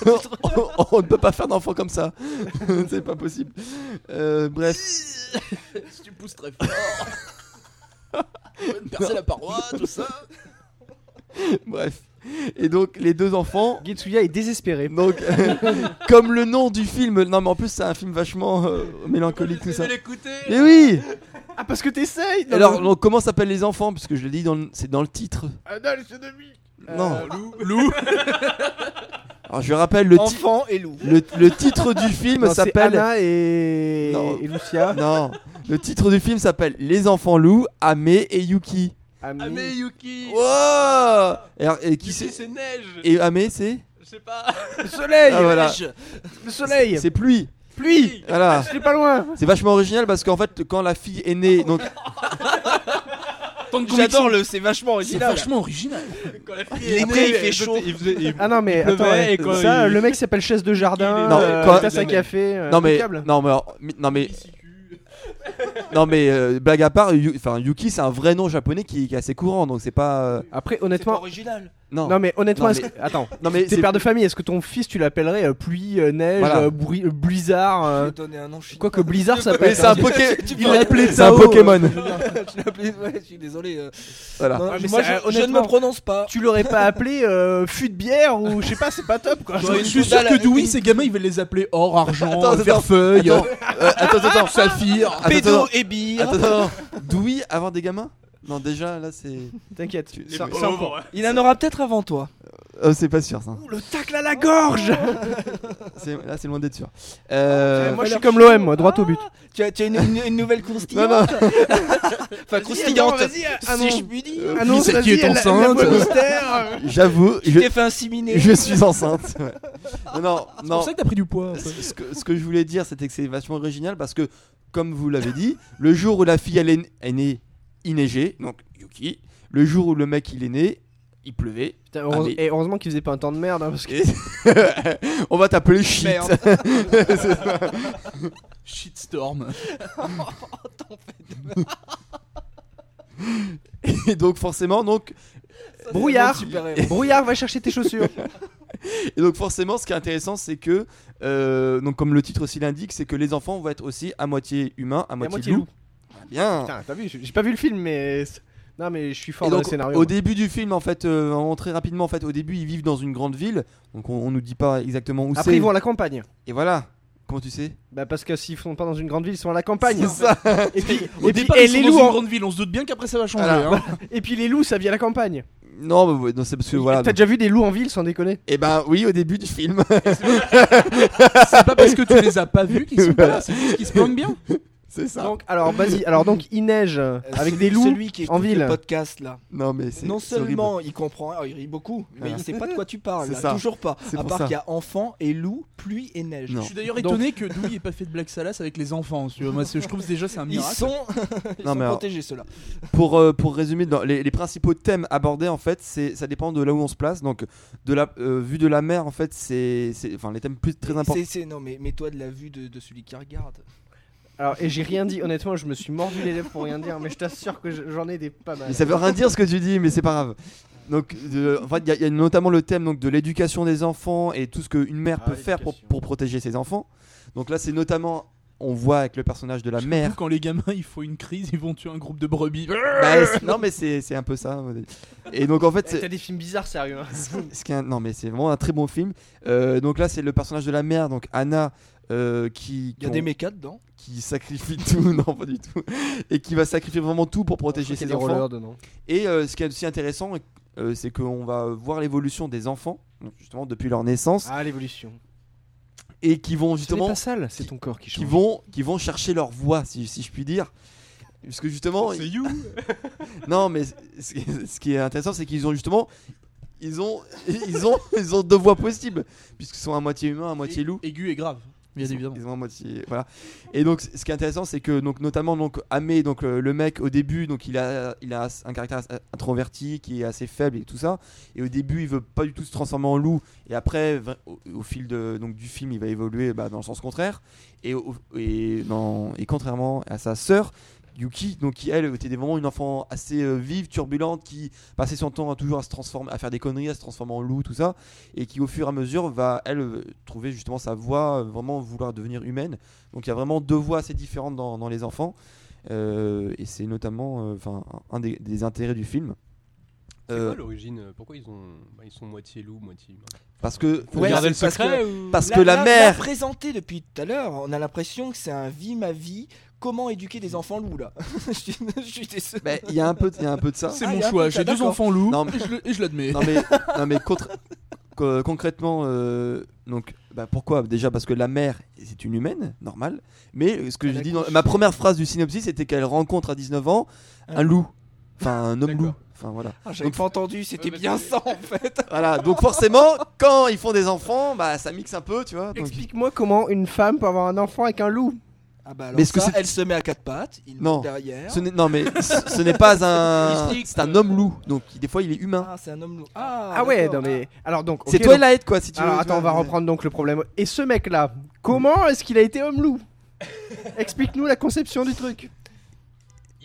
on- on ne peut pas faire d'enfant comme ça <laughs> c'est pas possible Euh, bref
<laughs> Si tu pousses très fort. tu vas me percer la paroi, tout ça.
bref et donc les deux enfants
Gitsuya est désespéré.
Donc, <laughs> comme le nom du film, non mais en plus c'est un film vachement euh, mélancolique tout ça. Mais oui.
Ah, parce que t'essayes non,
Alors
mais-
donc, comment s'appellent les enfants Parce que je l'ai dit dans le- c'est dans le titre.
Anal, c'est demi.
Non.
Euh,
Alors je rappelle le, ti-
Enfant et loup.
le, le titre du
<laughs>
film
non, c'est
s'appelle.
Anna et...
Non.
et Lucia.
Non. Le titre du film s'appelle Les enfants loups, Ame et Yuki.
Ami.
Yuki
Wow et, alors, et qui
Yuki,
c'est
c'est neige
Et Ame c'est
Je sais pas
Le soleil
Ah, voilà.
Le soleil
C'est pluie.
Pluie
Voilà.
Je suis pas loin
C'est vachement original parce qu'en fait quand la fille est née, donc
J'adore le, c'est vachement
C'est
original.
vachement original.
Il est né, il fait chaud.
Il faisait- il-
Ah non, mais
pleuvait
attends, ouais.
et quand
ça,
il-
le mec s'appelle chaise de jardin,
Il est-
Non,
euh,
quand-
tasse à
Non, mais-
café, euh,
non mais
impeccable.
non mais alors, mi- non mais Non mais euh, blague à part, Yu- enfin Yuki c'est un vrai nom japonais qui, qui est assez courant donc c'est pas euh,
Après,
C'est pas
honnêtement,
original.
Non.
Non, mais honnêtement,
Non,
est-ce que- attends,
Non, mais
t'es
c'est-
père de famille, est-ce que ton fils tu l'appellerais euh, pluie, euh, neige,
Voilà.
euh, bruit- euh, blizzard euh,
donner un nom, je suis
Quoique blizzard ça peut
Mais
être.
c'est un
Ouais,
Poké-
tu
il
peux-
l'appelait
C'est
un Zao, Pokémon.
je l'ai appelé- ouais, je suis <laughs> désolé. euh.
Voilà.
Non,
mais
moi,
ça,
je, je ne me
honnêtement,
prononce pas.
Tu l'aurais pas appelé euh, fût de bière ou je sais pas, c'est pas top quoi.
Je suis sûr que Dewey, ces gamins, ils va les appeler or, argent,
Attends, attends,
feuille,
Attends, euh, attends, attends,
<laughs>
attends.
saphir.
Attends,
Pédo et bière.
Attends, attends, attends. Dewey avant des gamins Non, déjà là c'est.
T'inquiète.
Tu-
ça-
les
ça, on pourra.
Il en aura peut-être avant toi.
Oh,
Euh, c'est pas sûr ça.
Ouh, le tacle à la gorge
C'est- Là c'est loin d'être sûr. Euh,
Moi je suis comme l'OM,
ah.
moi, droit au but.
Tu as, tu as une, une- une nouvelle croustillante.
Non,
Enfin, croustillante.
annonce.
si je puis dire.
Euh,
Annonce,
puis celle qui
vas-y,
est
la- la
enceinte.
<laughs>
voix mystère.
J'avoue,
Tu
je,
t'es fait inséminer.
je suis enceinte. ouais. <laughs> Non, non,
C'est
non.
pour ça que t'as pris du poids.
Ce ce que, ce que je voulais dire, c'était que c'est vachement original parce que, comme vous l'avez dit, le jour où la fille elle est, n- est née, il neigeait, donc Yuki. Le jour où le mec il est né, il pleuvait.
Putain, heureuse-
Ah, mais-
Et heureusement qu'il faisait pas un temps de merde hein, parce que.
Et- <laughs> On va t'appeler shit.
Merde.
Shitstorm.
<laughs> Et donc forcément, donc,
Brouillard.
Super héros.
<laughs> Brouillard va chercher tes chaussures.
et donc forcément, ce qui est intéressant, c'est que, euh, donc comme le titre aussi l'indique, c'est que les enfants vont être aussi à moitié humains,
Et
à
à
moitié,
moitié
loups.
loup.
Bien.
Putain, t'as vu, j'ai pas vu le film mais. Non mais je suis fort
Et
dans le
donc,
scénario.
Au début du film, en fait, euh, vraiment très rapidement, en fait, au début, ils vivent dans une grande ville. Donc, on, on nous dit pas exactement où
Après
c'est.
ils vont à la campagne.
Et voilà. Comment tu sais
Bah parce que s'ils sont pas dans une grande ville, ils sont à la campagne.
C'est ça.
Et puis,
Au
et puis-
départ,
et
ils sont
les
dans
loups,
une
en-
grande ville, on se doute bien qu'après ça va changer.
Voilà.
hein.
<laughs> et puis les loups, ça vient à la campagne.
<laughs> Non, mais ouais, non, c'est parce que voilà.
T'as
donc-
déjà vu des loups en ville sans déconner
Eh ben oui, au début du film. <laughs>
C'est pas parce que tu les as pas vus qu'ils sont pas là, c'est juste qu'ils se planquent bien.
c'est ça.
Donc alors vas-y, alors donc il neige euh,
Euh,
avec
c'est
des loups.
Celui qui
en
écoute
ville.
le podcast là.
Non, mais c'est.
Non
c'est horrible.
seulement il comprend, oh, il rit beaucoup, mais
Voilà.
il sait pas de quoi tu <laughs> parles.
C'est
là,
ça.
toujours pas.
C'est
À
pour
part
ça.
qu'il y a enfants et loups, pluie et neige.
Je
Non.
suis d'ailleurs étonné que Dewey ait pas fait de Black Salas avec les enfants. tu vois. Moi, c'est- je trouve que déjà c'est un
Ils <laughs>
miracle.
sont, ils
Non,
sont
mais alors-
protégés ceux-là.
Pour, euh, pour résumer, dans les, les principaux thèmes abordés, en fait, c'est ça dépend de là où on se place. Donc, de la euh, vue de la mer, en fait, c'est. c'est- Enfin, les thèmes plus très importants.
C'est- c'est- non mais mets-toi de la vue de, de celui qui regarde.
Alors et j'ai rien dit honnêtement, je me suis mordu les lèvres pour rien dire, mais je t'assure que je- j'en ai des pas mal.
Mais ça veut rien dire ce que tu dis, mais c'est pas grave. Donc, de- en fait, il y a- il y, a notamment le thème donc, de l'éducation des enfants et tout ce qu'une mère
Ah,
peut faire pour,
l'éducation.
pour protéger ses enfants. Donc là, c'est notamment, on voit avec le personnage de la mère.
Quand les gamins ils font une crise, ils vont tuer un groupe de brebis. Ah,
Bah, c'est- non, mais c'est c'est un peu ça. Et donc, en fait,
Eh, T'as
c'est-
des films bizarres sérieux. hein.
ce qui est un- non, mais c'est vraiment un très bon film. Euh, donc là, c'est le personnage de la mère, donc Anna, euh, qui,
Il y a
qu'on-
des mécas dedans.
qui sacrifie <laughs> tout, non pas du tout, et qui va sacrifier vraiment tout pour protéger
Je crois qu'il y
ses
a des
enfants.
rollers dedans.
Et euh, ce qui est aussi intéressant, euh, c'est qu'on va voir l'évolution des enfants, donc justement depuis leur naissance,
Ah l'évolution.
et qui vont
C'est
justement,
pas sale, c'est ton corps qui
qui
change.
vont, qui vont chercher leur voix, si, si je puis dire. Parce que justement,
C'est you
non, mais c- c- ce qui <laughs> est intéressant, c'est qu'ils ont justement, ils ont, <laughs> ils ont, ils ont deux voix possibles, puisqu'ils sont à moitié humains, à moitié loup.
Aigu et grave, bien
Ils ont-
évidemment.
Ils ont à moitié, voilà. Et donc, ce qui est intéressant, c'est que donc notamment donc Amé, donc le, le mec au début, donc il a, il a un caractère as- euh, introverti qui est assez faible et tout ça. Et au début, il veut pas du tout se transformer en loup. Et après, vra- au, au fil de donc du film, il va évoluer bah, dans le sens contraire. Et au- et, dans- et contrairement à sa sœur. Yuki, donc qui elle était vraiment une enfant assez euh, vive, turbulente, qui passait son temps à toujours à se transformer, à faire des conneries, à se transformer en loup, tout ça et qui au fur et à mesure va elle euh, trouver justement sa voie, euh, vraiment vouloir devenir humaine. Donc il y a vraiment deux voies assez différentes dans, dans les enfants, Euh, et c'est notamment euh, enfin un des, des intérêts du film.
C'est
Euh,
quoi l'origine euh, Pourquoi ils, ont... bah, ils sont moitié loups, moitié humains
parce que
Faut
Ouais,
garder le
c'est parce
secret ou...
parce que la mère
présenté depuis tout à l'heure, on a l'impression que c'est un vie ma vie. Comment éduquer des enfants loups là <laughs> Je suis- je suis désolé.
Bah, il y a un peu il y a un peu de ça.
C'est
Ah,
mon
il y a un
choix,
peu de ça,
j'ai deux
d'accord.
enfants loups
Non,
et je le- et je l'admets.
Non mais non mais contre- co- concrètement euh, donc bah, pourquoi déjà parce que la mère c'est une humaine normale mais euh, ce que
Elle
j'ai dit
accouche.
dans- ma première phrase du synopsis c'était qu'elle rencontre à 19 ans un loup enfin un homme
D'accord.
loup enfin voilà
Ah, J'avais
Donc-
<laughs> pas entendu, c'était
Euh, bah,
bien
c'est-
ça en fait.
Voilà, donc forcément, quand ils font des enfants, bah ça mixe un peu, tu vois. donc-
Explique-moi comment une femme peut avoir un enfant avec un loup.
Ah bah alors
Mais est-ce que
ça,
c'est-
elle se met à quatre pattes, il
Non.
monte derrière.
Ce n'est- non mais ce ce n'est pas un, c'est un homme loup, donc des fois il est humain.
Ah, c'est un homme loup. Ah,
Ah, ouais, non
d'accord.
mais alors donc.
c'est
ok,
toi
donc-
la aide quoi, si tu
Alors
veux.
Ah, attends, on va reprendre donc le problème. Et ce mec là, comment est-ce qu'il a été homme loup Explique-nous la conception du truc.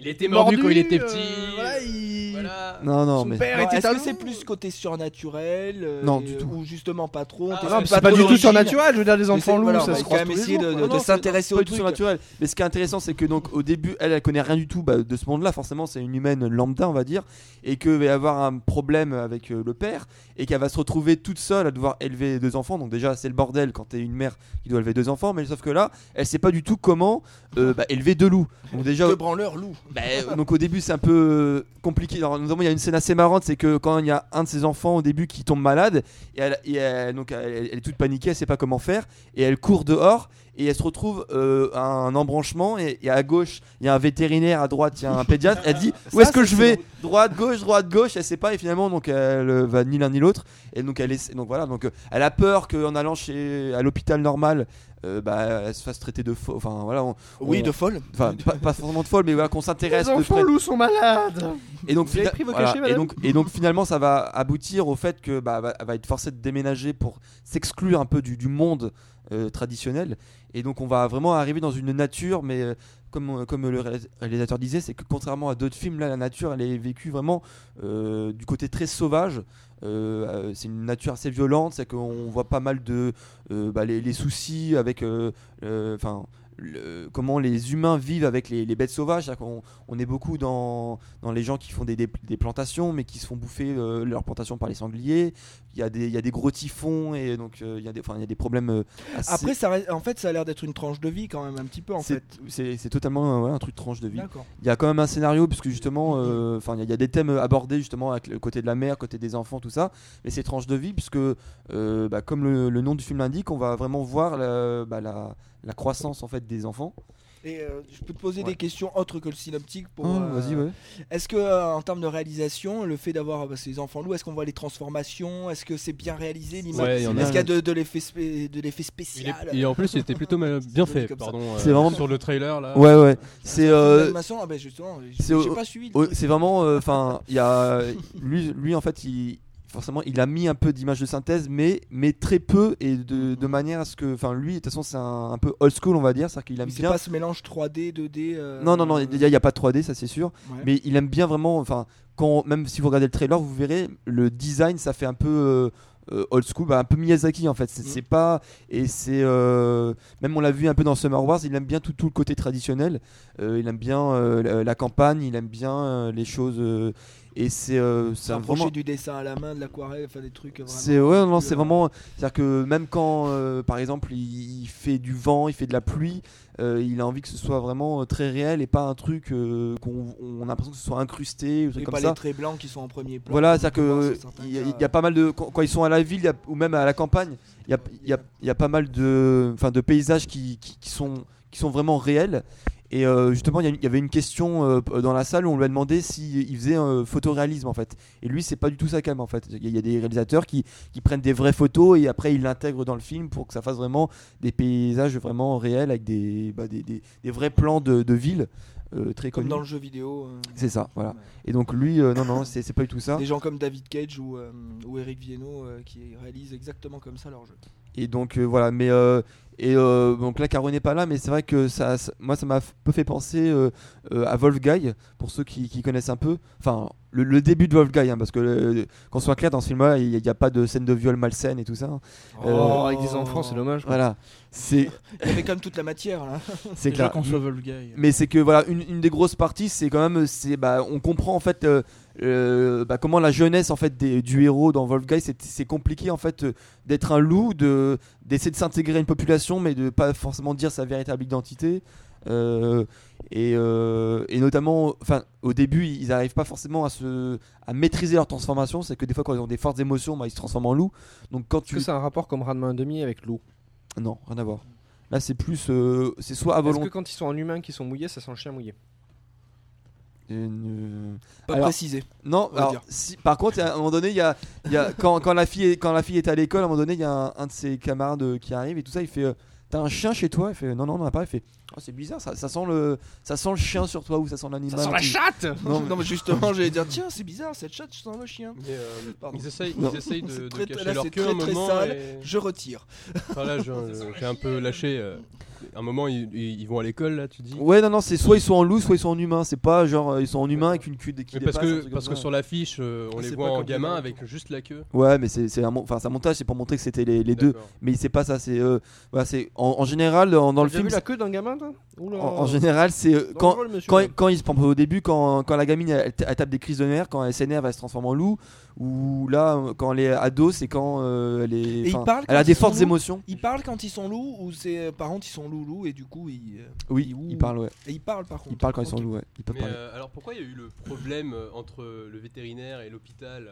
Il était mordu, quand il était
euh,
petit.
voilà, il-
Voilà.
Non, non,
Son
mais.
père
Non,
était
Est-ce que
talon.
c'est plus côté surnaturel euh,
Non,
et-
du tout.
Ou justement pas trop on
Ah,
teste
Non,
le
mais c'est pas du tout
surnaturel.
surnaturel, je veux dire, les enfants
c'est-
loups,
voilà,
ça
on
se
va
croise
bah, quand
tous
même
les
essayer
jours,
de-
quoi.
de-
Ah Non, non,
s'intéresser
c'est
au
pas du
truc.
surnaturel. Mais ce qui est intéressant, c'est que donc au début, elle, elle connaît rien du tout bah, de ce monde-là. Forcément, c'est une humaine lambda, on va dire, et que va y avoir un problème avec euh, le père, et qu'elle va se retrouver toute seule à devoir élever deux enfants. Donc déjà, c'est le bordel quand t'es une mère qui doit élever deux enfants. Mais sauf que là, elle sait pas du tout comment euh, bah, élever deux loups. Donc déjà,
Deux branleurs loups.
bah, euh, <laughs> donc au début c'est un peu euh, compliqué. Alors, notamment il y a une scène assez marrante, c'est que quand il y a un de ses enfants au début qui tombe malade, et elle, et elle- donc elle, elle est toute paniquée, elle sait pas comment faire, et elle court dehors et elle se retrouve euh, à un embranchement et, et à gauche il y a un vétérinaire, à droite il y a un pédiatre. Elle dit où est-ce que je vais Droite, gauche, droite, gauche. Elle sait pas et finalement donc elle euh, va ni l'un ni l'autre. Et donc elle est, donc voilà donc euh, elle a peur qu'en allant chez à l'hôpital normal, euh, bah, elle se fasse traiter de faux. Enfin voilà, on-
Oui,
on-
de folle.
enfin pas, pas forcément de folle mais voilà qu'on s'intéresse
Les
de
enfants
près.
loups sont malades
Et donc,
Vous avez
fina-
pris vos
voilà.
cachets,
et,
madame
donc, et donc finalement ça va aboutir au fait que bah, va, va être forcée de déménager pour s'exclure un peu du, du monde euh, traditionnel. Et donc on va vraiment arriver dans une nature, mais euh, comme, on- comme le réalis- réalisateur disait, c'est que contrairement à d'autres films, là la nature elle est vécue vraiment euh, du côté très sauvage. Euh, euh, c'est une nature assez violente, c'est qu'on voit pas mal de euh, bah, les, les soucis avec, euh, euh, enfin, le- comment les humains vivent avec les, les bêtes sauvages. C'est-à-dire qu'on- on est beaucoup dans dans les gens qui font des, des- des plantations mais qui se font bouffer euh, leurs plantations par les sangliers. Il y, a des, il y a des gros typhons et donc euh, il y a des, enfin, il y a des problèmes euh, assez-
Après, ça reste- en fait, ça a l'air d'être une tranche de vie quand même, un petit peu en
c'est-
fait.
c'est c'est totalement euh, voilà, un truc tranche de vie.
D'accord.
Il y a quand même un scénario puisque justement, euh, enfin, il y, a- il y a des thèmes abordés justement avec le côté de la mère, côté des enfants, tout ça. Mais c'est tranche de vie puisque, euh, bah, comme le, le nom du film l'indique, on va vraiment voir la, bah, la- la croissance en fait des enfants.
Et euh, je peux te poser
Ouais.
des questions autres que le synoptique pour.
Ah,
euh,
Vas-y, ouais.
Est-ce que euh, en termes de réalisation, le fait d'avoir euh, ces enfants loups, est-ce qu'on voit les transformations Est-ce que c'est bien réalisé l'image
Ouais, il y en a.
Est-ce qu'il y a de, de l'effet spé- de l'effet
Il est-
spécial
il est- en plus, il était plutôt mal- bien
Je le dis
fait,
comme ça.
pardon. euh,
C'est vraiment-
Sur le trailer, là.
Ouais, ouais. C'est
Est-ce que
euh,
l'animation- ah ben justement, j'ai-
c'est au-
j'ai pas suivi.
Oh, c'est vraiment enfin il y a lui lui en fait il forcément il a mis un peu d'image de synthèse mais mais très peu et de,
Mm.
de manière à ce que enfin lui de toute façon c'est un, un peu old school on va dire c'est à dire qu'il aime
Mais C'est
bien
pas ce mélange 3D, 2D. euh,
non non non il n'y a pas de 3D ça c'est sûr
Ouais.
mais il aime bien vraiment enfin quand même si vous regardez le trailer vous verrez le design ça fait un peu euh, euh, old school bah, un peu Miyazaki en fait c'est
Mm.
c'est pas et c'est euh, même on l'a vu un peu dans Summer Wars il aime bien tout, tout le côté traditionnel Euh, il aime bien euh, la, la campagne il aime bien euh, les choses euh, et c'est euh, c'est un-
s'approcher
vraiment
du dessin à la main, de l'aquarelle, enfin des trucs. vraiment-
c'est ouais, non, c'est
plus, euh,
vraiment. C'est-à-dire que même quand, euh, par exemple, il, il fait du vent, il fait de la pluie, euh, il a envie que ce soit vraiment euh, très réel et pas un truc euh, qu'on on a l'impression que ce soit incrusté ou un
Et
truc
pas
comme ça.
les traits blancs qui sont en premier plan.
Voilà, c'est-à-dire
Comme
que
dans certains
il y, a-
cas,
il y a pas mal de quand, quand ils sont à la ville il y a- ou même à la campagne, il y a, il y a- il y a pas mal de, enfin, de paysages qui, qui, qui sont, qui sont vraiment réels. Et euh, justement, il y a- il y, avait une question euh, p- dans la salle où on lui a demandé s'il faisait euh, photoréalisme en fait. Et lui, c'est pas du tout sa cam en fait. Il y, a- il y a des réalisateurs qui, qui prennent des vraies photos et après ils l'intègrent dans le film pour que ça fasse vraiment des paysages vraiment réels avec des, bah, des, des- des vrais plans de, de ville euh, très
Comme
connus.
dans le jeu vidéo. euh,
C'est ça, voilà.
Ouais.
Et donc lui, euh, non, non, c'est c'est pas du tout ça.
Des gens comme David Cage ou, euh, ou Eric Viennot euh, qui réalisent exactement comme ça leur jeu.
Et donc euh, voilà, mais euh, et euh, donc là Caro n'est pas là, mais c'est vrai que ça, ça- moi ça m'a f- peu fait penser euh, euh, à Wolfguy pour ceux qui, qui connaissent un peu. Enfin, le, le début de Wolfguy, hein, parce que euh, qu'on soit clair dans ce film-là, il n'y a pas de scène de viol malsaine et tout ça. hein.
Oh, avec
Euh,
des enfants, c'est dommage. quoi.
Voilà, c'est
Il y avait quand même toute la matière
<laughs>
là.
c'est
Déjà
clair.
qu'on soit Volgaï.
Mais c'est que voilà, une, une des grosses parties, c'est quand même, c'est bah, on comprend en fait euh, euh, bah, comment la jeunesse en fait des- du héros dans Wolfguy, c'est- c'est compliqué en fait euh, d'être un loup, de d'essayer de s'intégrer à une population, mais de pas forcément dire sa véritable identité. Euh, et, euh, et notamment, enfin, au début, ils n'arrivent pas forcément à se à maîtriser leur transformation. C'est que des fois, quand ils ont des fortes émotions, bah, ils se transforment en loup. Donc quand
Est-ce
tu
que c'est un rapport comme Ranma 1 demi avec l'eau
non, rien à voir. Là, c'est plus, euh, c'est soit à
Est-ce que
volonté.
quand ils sont en humain qui sont mouillés, ça sent le chien mouillé
Euh,
Pas
Alors-
précisé.
Non,
On va
alors,
dire.
si- par contre, à un moment donné, il y a, il y a- quand, quand la fille est, quand la fille est à l'école, à un moment donné, il y a un, un de ses camarades euh, qui arrive et tout ça, il fait euh, T'as un chien chez toi Il fait Non, non, on n'en a pas. Il fait Oh, c'est bizarre, ça, ça sent le, ça sent le chien sur toi ou ça sent l'animal. ou-
chatte
<laughs> Non, mais justement, j'allais dire tiens, c'est bizarre cette chatte, je sens le chien.
Mais, euh,
Pardon.
ils essayent,
Non.
ils essayent
C'est
de, de
très-
cacher
là,
leur
c'est
queue
très,
un
très
moment.
sale.
et-
Je retire.
Enfin là, je- j'ai un peu lâché. euh. À un moment, ils, ils- ils vont à l'école, là, tu dis
Ouais, non, non, c'est soit ils sont en loup, soit ils sont en humain. C'est pas genre euh, ils sont en humain avec une queue qui
Mais parce
dépasse, un
que,
truc
parce
comme
que
ça.
sur l'affiche, euh, on
C'est
les
pas
voit en
comme
gamin
les-
avec juste la queue.
Ouais, mais c'est c'est un, mon- enfin, c'est un montage, c'est pour montrer que c'était les, les deux.
D'accord.
Mais c'est pas ça, c'est. euh, voilà, c'est en, en général, en- dans le
T'as
film.
vu la queue d'un gamin, toi Oula.
En, en général, c'est euh, quand,
Dangereux, le monsieur.
quand, quand il se prend au début, quand, quand la gamine elle, t- elle tape des crises de nerfs, quand elle s'énerve, elle se transforme en loup. Ou là, quand elle est ado, c'est quand euh, elle est.
Et ils
enfin,
parlent
elle
quand
a
ils
des
sont
fortes
loups
émotions.
Ils parlent quand ils sont loups ou c'est euh, par contre ils sont loups loups et du coup ils. euh,
Oui,
ouh.
ils parlent, ouais.
Et ils parlent par contre.
Ils parlent quand ils sont
Ok.
loups, ouais. Ils peuvent
Mais
parler.
euh, alors pourquoi il y a eu le problème euh, entre le vétérinaire et l'hôpital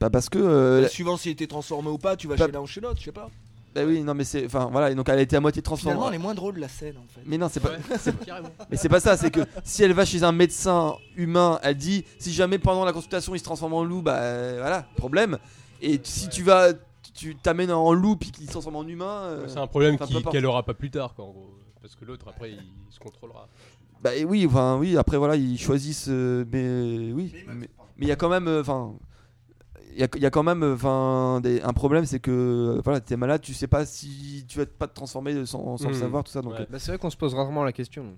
Bah, parce que. euh, la-
Suivant s'il était transformé ou pas, tu vas
Bah-
chez l'un ou chez l'autre, je sais pas.
bah oui, non, mais c'est. Enfin, voilà, et donc elle a été à moitié
Finalement, elle
transformée.
est moins drôle la scène en fait.
Mais non, c'est pas.
Ouais,
<laughs>
carrément.
Mais c'est pas ça, c'est que si elle va chez un médecin humain, elle dit si jamais pendant la consultation il se transforme en loup, bah euh, voilà, problème. Et t- si tu vas, tu t'amènes en loup puis qu'il se transforme en humain, euh,
C'est un problème
Enfin,
qui-
peu importe.
qu'elle aura pas plus tard, quoi, en gros. Parce que l'autre, après, il se contrôlera.
bah et oui, enfin oui, après voilà, ils choisissent, euh, mais euh, oui, mais mais il y a quand même, euh, enfin. Il y, a, il y a quand même euh, enfin, des- un problème, c'est que euh, voilà, t'es malade, tu sais pas si tu vas pas te transformer euh, sans, sans le
Mhm.
savoir, tout ça. Donc,
Ouais.
euh,
Bah, c'est vrai qu'on se pose rarement la question.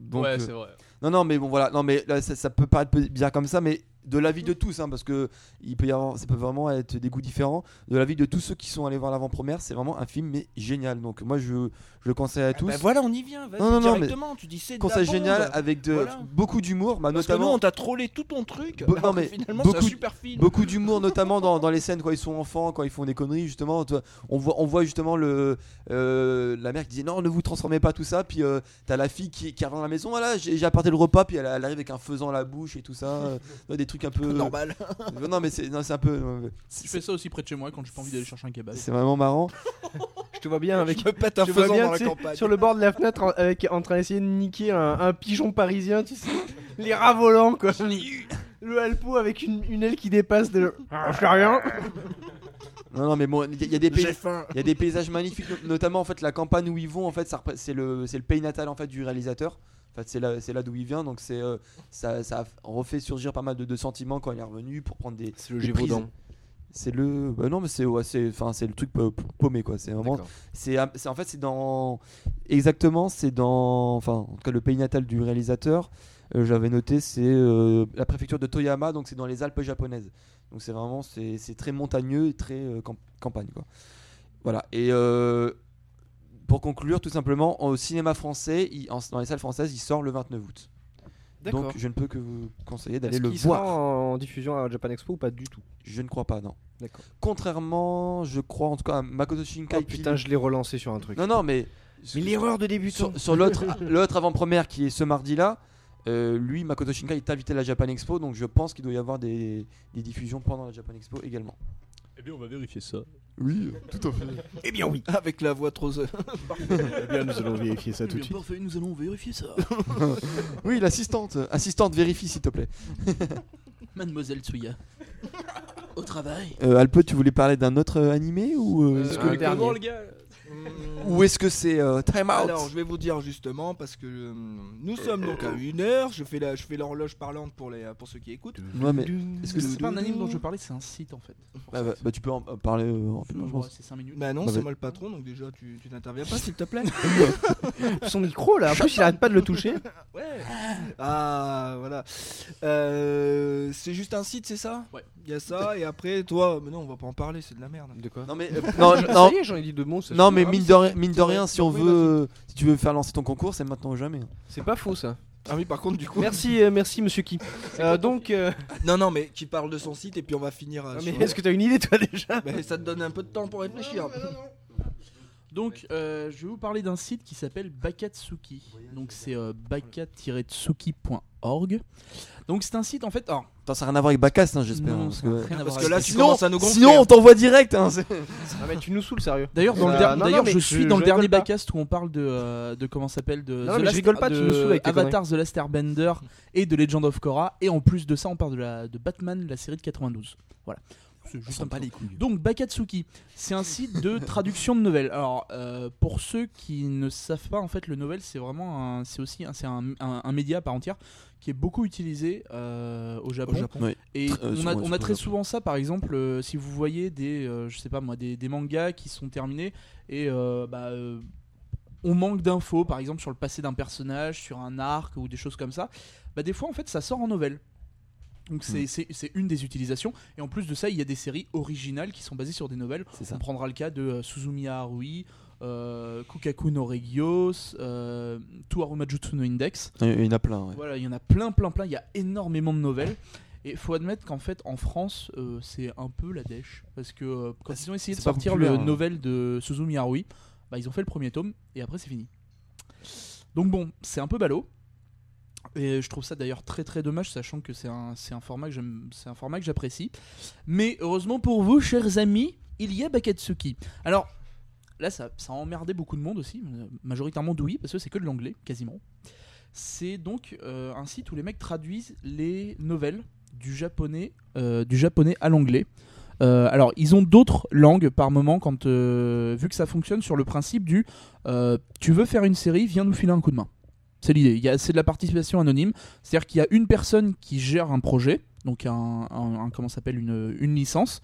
donc,
ouais,
euh,
c'est vrai.
Non, non, mais bon, voilà. Non, mais là, ça, ça peut paraître peu- bizarre comme ça, mais de l'avis de tous, hein, parce que il peut y avoir, ça peut vraiment être des goûts différents. De l'avis de tous ceux qui sont allés voir l'avant-première, c'est vraiment un film mais génial. Donc moi, je, je le conseille à
Ah
tous.
bah voilà, on y vient, vas-y
Non, non, non, mais-
directement. Tu dis c'est de la
conseil
bombe.
génial avec de
Voilà.
beaucoup d'humour, bah,
Parce que nous,
notamment
on t'a trollé tout ton truc.
Be- non,
alors que
mais
finalement, c'est
beaucoup
un
de-
super film.
beaucoup d'humour, notamment dans, dans les scènes quand ils sont enfants, quand ils font des conneries justement. Toi, On voit, on voit justement le euh, la mère qui dit non, ne vous transformez pas tout ça. Puis euh, t'as la fille qui, qui arrive dans la maison, voilà, j'ai j'ai apporté le repas, puis elle, elle arrive avec un faisan à la bouche et tout ça, Euh, des trucs un peu <laughs>
Normal.
Euh, Non mais c'est non, c'est un peu euh,
Je
c'est
fais ça aussi près de chez moi quand j'ai pas envie d'aller chercher un kebab.
c'est vraiment marrant.
Je te vois bien avec.
Je me pète un
Je vois
faisan
bien,
dans la
tu sais,
campagne.
sur le bord de la fenêtre en, avec, en train d'essayer de niquer un, un pigeon parisien, tu sais. <laughs> Les rats volants, <laughs> quoi. Le halpo avec une, une aile qui dépasse de. <laughs> Ah, je fais rien.
Non non mais bon il y, a- il y a des pays-
J'ai faim.
il y a des paysages magnifiques no- notamment en fait la campagne où ils vont en fait ça repré- c'est le c'est le pays natal en fait du réalisateur. En fait, c'est là, c'est là d'où il vient, donc c'est euh, ça, ça a refait surgir pas mal de, de sentiments quand il est revenu pour prendre des.
C'est le
des prises. C'est le, bah non mais c'est ouais, c'est, enfin c'est le truc pa- pa- paumé quoi. C'est vraiment, c'est, un- c'est- en fait c'est dans exactement c'est dans, enfin en tout cas le pays natal du réalisateur. euh, j'avais noté c'est euh, la préfecture de Toyama, donc c'est dans les Alpes japonaises. Donc c'est vraiment c'est, c'est très montagneux et très euh, camp- campagne quoi. Voilà et euh, pour conclure tout simplement au cinéma français, il- en- dans les salles françaises, il sort le 29 août. Donc je ne peux que vous conseiller d'aller
Est-ce
le
qu'il sera
voir.
en diffusion à Japan Expo ou pas du tout
Je ne crois pas non.
D'accord.
Contrairement, je crois en tout cas à Makoto Shinkai.
Oh
qui-
putain, je l'ai relancé sur un truc.
Non, non, mais.
Mais l'erreur de début
Sur, sur l'autre, l'autre avant-première qui est ce mardi-là, euh, lui, Makoto Shinkai, est invité à la Japan Expo, donc je pense qu'il doit y avoir des, des diffusions pendant la Japan Expo également.
Eh bien, on va vérifier ça.
Oui, tout à fait.
Eh bien oui. Avec la voix trop. euh,
nous allons vérifier <laughs> ça
Eh bien, parfait, nous allons vérifier ça.
Oui, l'assistante. Assistante, vérifie s'il te plaît.
Mademoiselle Tsuya. Au travail.
Euh, Alpe, tu voulais parler d'un autre euh, animé ou euh, est-ce que-
le dernier.
Comment, le gars
ou est-ce que c'est euh, Time Out
Mm. Alors, je vais vous dire justement parce que euh, nous sommes donc à une heure. Je fais la, je fais l'horloge parlante pour les, pour ceux qui écoutent.
Ouais, mais est-ce que
C'est pas un anime dont je parlais, c'est un site en fait.
Bah, bah, bah, tu peux en en parler euh, rapidement, je
Ouais,
pense.
C'est 5 minutes.
Bah non,
Bah,
c'est
bah-
moi le patron, donc déjà tu, tu n'interviens pas s'il te plaît.
Son micro là, en plus il arrête pas de le
<laughs>
toucher.
Ouais. Ah voilà. Euh, c'est juste un site, c'est ça
Ouais.
Il y a ça et après toi, mais non, on va pas en parler, c'est de la merde.
De quoi
Non, mais, euh,
<laughs>
non, je- non,
Ça y est, j'en ai dit deux mots. ça
non,
suffit.
mais mine de, ri- mine de
c'est vrai.
rien, si on
Oui,
veut, si tu veux faire lancer ton concours, c'est maintenant ou jamais. hein.
C'est pas faux ça.
Ah oui, par contre du coup.
Merci, euh, merci monsieur qui. Euh, donc, euh,
Non non, mais qui parle de son site et puis on va finir. euh,
mais
sur-
est-ce que t'as une idée toi déjà
Mais ça te donne un peu de temps pour réfléchir.
Donc, euh, je vais vous parler d'un site qui s'appelle Bakatsuki. Donc, c'est euh, baka-tsuki.org. Donc, c'est un site en fait. Alors,
Attends, ça n'a rien à voir avec Bacast, hein, j'espère.
non,
hein,
ça n'a rien à voir
Parce que
avec
là,
ça.
tu commences à nous gonfler.
sinon, on t'envoie direct. hein, c'est-
Ah mais tu nous saoules sérieux.
D'ailleurs, dans le
Euh,
der-
non,
d'ailleurs,
non, mais
je suis
je-
dans
je
le dernier
rigole pas.
Backcast où on parle de, euh, de comment ça s'appelle de, The
Non, mais je
Last-
rigole pas, tu
de
nous saoules avec tes
Avatar The Last Airbender et de Legend of Korra et en plus de ça, on parle de la de Batman, la série de 92. Voilà. C'est juste un petit- Donc Bakatsuki, c'est un site <laughs> de traduction de nouvelles. Alors euh, pour ceux qui ne savent pas, en fait, le novel c'est vraiment un- c'est aussi un, c'est un, un- un média à part entière qui est beaucoup utilisé euh, au Japon.
Ouais.
Et
Tr- euh,
on, a,
sur-
on
sur
a très
Japon.
souvent ça, par exemple, euh, si vous voyez des, euh, je sais pas moi, des, des mangas qui sont terminés et euh, bah, euh, on manque d'infos, par exemple sur le passé d'un personnage, sur un arc ou des choses comme ça, bah des fois en fait ça sort en nouvelle. Donc
Hmm.
c'est c'est- c'est une des utilisations. Et en plus de ça, il y a des séries originales qui sont basées sur des novelles.
C'est ça.
On prendra le cas de euh, Suzumiya Harui, euh, Kukaku no Regios, euh, Toharu Majutsu no Index.
Il y- il y en a plein. ouais.
Voilà, il y en a plein, plein, plein. Il y a énormément de nouvelles. Et faut admettre qu'en fait, en France, euh, c'est un peu la dèche. Parce que euh, quand ils ont essayé de
Ah, c'est pas
sortir le
populaire, hein.
novel de Suzumi Harui, bah, ils ont fait le premier tome et après, c'est fini. Donc bon, c'est un peu ballot. Et je trouve ça d'ailleurs très très dommage, sachant que c'est un, c'est un format que j'aime, c'est un format que j'apprécie. Mais heureusement pour vous, chers amis, il y a Bakatsuki. Alors là, ça, ça a emmerdé beaucoup de monde aussi, euh, majoritairement d'ouïe, parce que c'est que de l'anglais, quasiment. C'est donc euh, un site où les mecs traduisent les nouvelles du japonais, euh, du japonais à l'anglais. Euh, alors, ils ont d'autres langues par moment, quand, euh, vu que ça fonctionne sur le principe du euh, tu veux faire une série, viens nous filer un coup de main. C'est l'idée. Il y a- C'est de la participation anonyme. C'est-à-dire qu'il y a une personne qui gère un projet, donc un, un- un- comment ça s'appelle une, une licence,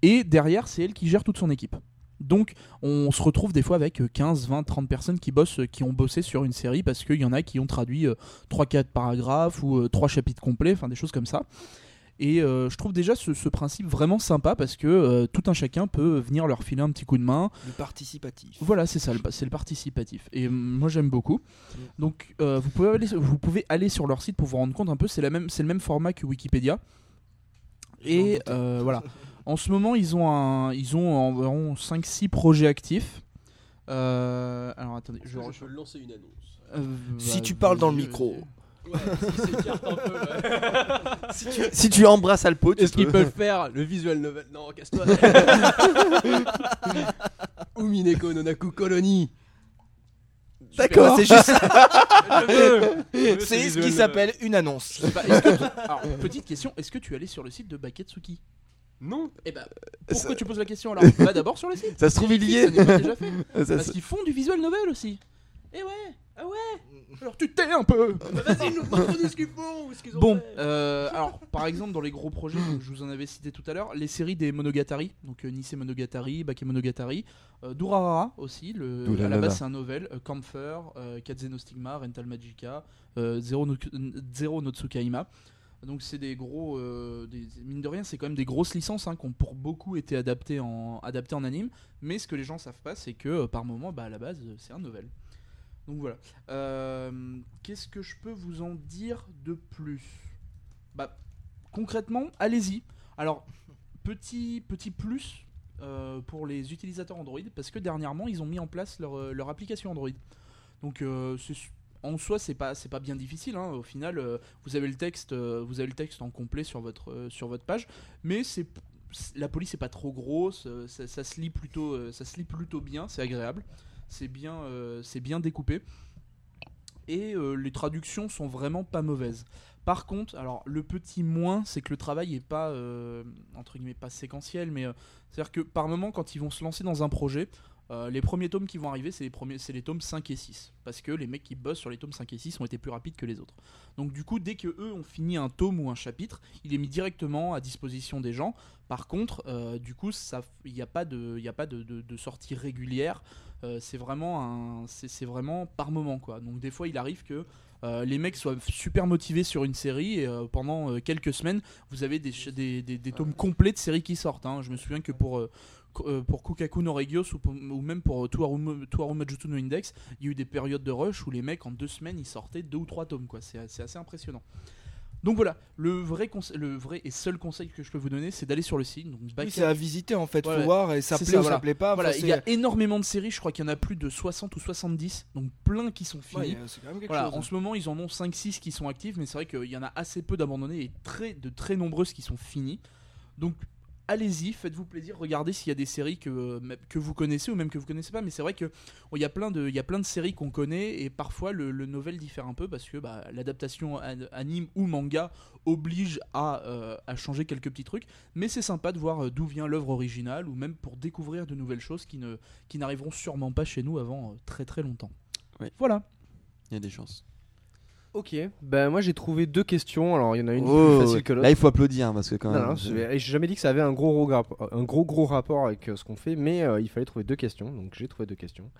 et derrière, c'est elle qui gère toute son équipe. Donc, on se retrouve des fois avec 15, 20, 30 personnes qui bossent, qui ont bossé sur une série parce qu'il y en a qui ont traduit 3-4 paragraphes ou 3 chapitres complets, enfin des choses comme ça. Et euh, je trouve déjà ce, ce principe vraiment sympa parce que euh, tout un chacun peut venir leur filer un petit coup de main,
Le participatif.
voilà, c'est ça, le pa- c'est le participatif. Et euh, moi j'aime beaucoup. Donc euh, vous, pouvez aller, vous pouvez aller sur leur site pour vous rendre compte un peu, c'est la même- c'est le même format que Wikipédia. Et euh, voilà. En ce moment, ils ont, un, ils ont environ 5-6 projets actifs. Euh, alors attendez, je,
peux lancer une annonce.
euh,
Si
bah,
tu parles dans le
vas-y,
micro.
vas-y.
<laughs> Si tu embrasses Alpo, tu
Est-ce qu'ils
peux-
peuvent faire le visual novel Non, casse-toi. Umineko Nonaku Colony.
D'accord, c'est juste <laughs>
C'est
c'est ce qui s'appelle une annonce.
Bah, est-ce que tu- alors, petite question, est-ce que tu es allé sur le site de Baketsuki
Non.
Eh bah, pourquoi tu poses la question alors Va d'abord sur le site.
<laughs> Ça se trouve, il y est.
Ça n'est pas déjà fait.
<laughs> Ça- ça-
Parce qu'ils font du visual novel aussi. Eh ouais, ah ouais. Alors tu t'es un peu.
Vas-y, nous montre ce qu'ils font. ce qu'ils ont
Bon,
fait.
euh, alors par exemple dans les gros projets, comme je vous en avais cité tout à l'heure, les séries des Monogatari, donc euh, Nisei Monogatari, Bake Monogatari, euh, Durarara aussi, le,
Ouh là
à la
là là.
base c'est un novel, euh, Camphor, euh, Katzeno Stigma, Rental Magica, euh, Zero, no, Zero no Tsukaima. Donc c'est des gros, euh, des- mine de rien c'est quand même des grosses licences hein, qui ont pour beaucoup été adaptées en, adaptées en anime, mais ce que les gens savent pas c'est que euh, par moment bah, à la base euh, c'est un novel. Donc voilà. Euh, Qu'est-ce que je peux vous en dire de plus Bah, concrètement, allez-y. Alors, petit, petit plus euh, pour les utilisateurs Android, parce que dernièrement, ils ont mis en place leur, euh, leur application Android. Donc, euh, c'est su- en soi, c'est pas, c'est pas bien difficile. hein. Au final, euh, vous avez le texte, euh, vous avez le texte en complet sur votre, euh, sur votre page, mais c'est c'est- la police n'est pas trop grosse, euh, ça, ça se lit plutôt, euh, ça se lit plutôt bien, c'est agréable, c'est bien, euh, c'est bien découpé. Et euh, les traductions sont vraiment pas mauvaises. Par contre, alors le petit moins, c'est que le travail est pas euh, entre guillemets pas séquentiel, mais euh, c'est-à-dire que par moment, quand ils vont se lancer dans un projet, euh, les premiers tomes qui vont arriver, c'est les premiers, c'est les tomes 5 et 6, parce que les mecs qui bossent sur les tomes 5 et 6 ont été plus rapides que les autres. Donc du coup, dès que eux ont fini un tome ou un chapitre, il est mis directement à disposition des gens. Par contre, euh, du coup, ça- il n'y a pas de, il y a pas de, de- de sortie régulière. Euh, c'est vraiment un, c'est c'est vraiment par moment quoi. Donc des fois, il arrive que euh, les mecs soient super motivés sur une série et euh, pendant euh, quelques semaines, vous avez des, ch- des, des- des tomes complets de séries qui sortent. hein. Je me souviens que pour euh, co- euh, pour Kukaku no Regios ou, pour- ou même pour euh, Toharu Mo- Toharu Majutsu no Index, il y a eu des périodes de rush où les mecs en deux semaines ils sortaient deux ou trois tomes quoi. C'est c'est assez impressionnant. Donc voilà, le vrai, conse- le vrai et seul conseil que je peux vous donner, c'est d'aller sur le site. Donc
Oui,
Baket-
Bah, c'est à visiter en fait,
Ouais,
faut voir et ça
C'est
plaît
ça,
ou
voilà.
ça plaît pas.
voilà,
enfin,
il y a énormément de séries, je crois qu'il y en a plus de 60 ou 70, donc plein qui sont
c'est- ouais,
finis.
c'est quand même quelque
Voilà,
chose. hein.
en ce moment, ils en ont 5-6 qui sont actifs, mais c'est vrai qu'il y en a assez peu d'abandonnés et très, de très nombreuses qui sont finies. Donc, allez-y, faites-vous plaisir, regardez s'il y a des séries que, euh, même- que vous connaissez ou même que vous connaissez pas. Mais c'est vrai qu'il y, a plein de- il y a plein de séries qu'on connaît et parfois le, le novel diffère un peu parce que bah, l'adaptation an- anime ou manga oblige à, euh, à changer quelques petits trucs. Mais c'est sympa de voir euh, d'où vient l'œuvre originale ou même pour découvrir de nouvelles choses qui ne- qui n'arriveront sûrement pas chez nous avant euh, très très longtemps.
Oui.
Voilà.
Il y a des chances.
Ok, ben moi j'ai trouvé deux questions. Alors il y en a une
Oh,
plus facile que l'autre.
Là, il faut applaudir hein, parce que quand
Non,
même. euh,
non,
je-
j'ai j'ai jamais dit que ça avait un gros gros, rap- un gros, gros rapport avec euh, ce qu'on fait, mais euh, il fallait trouver deux questions, donc j'ai trouvé deux
<laughs>
questions.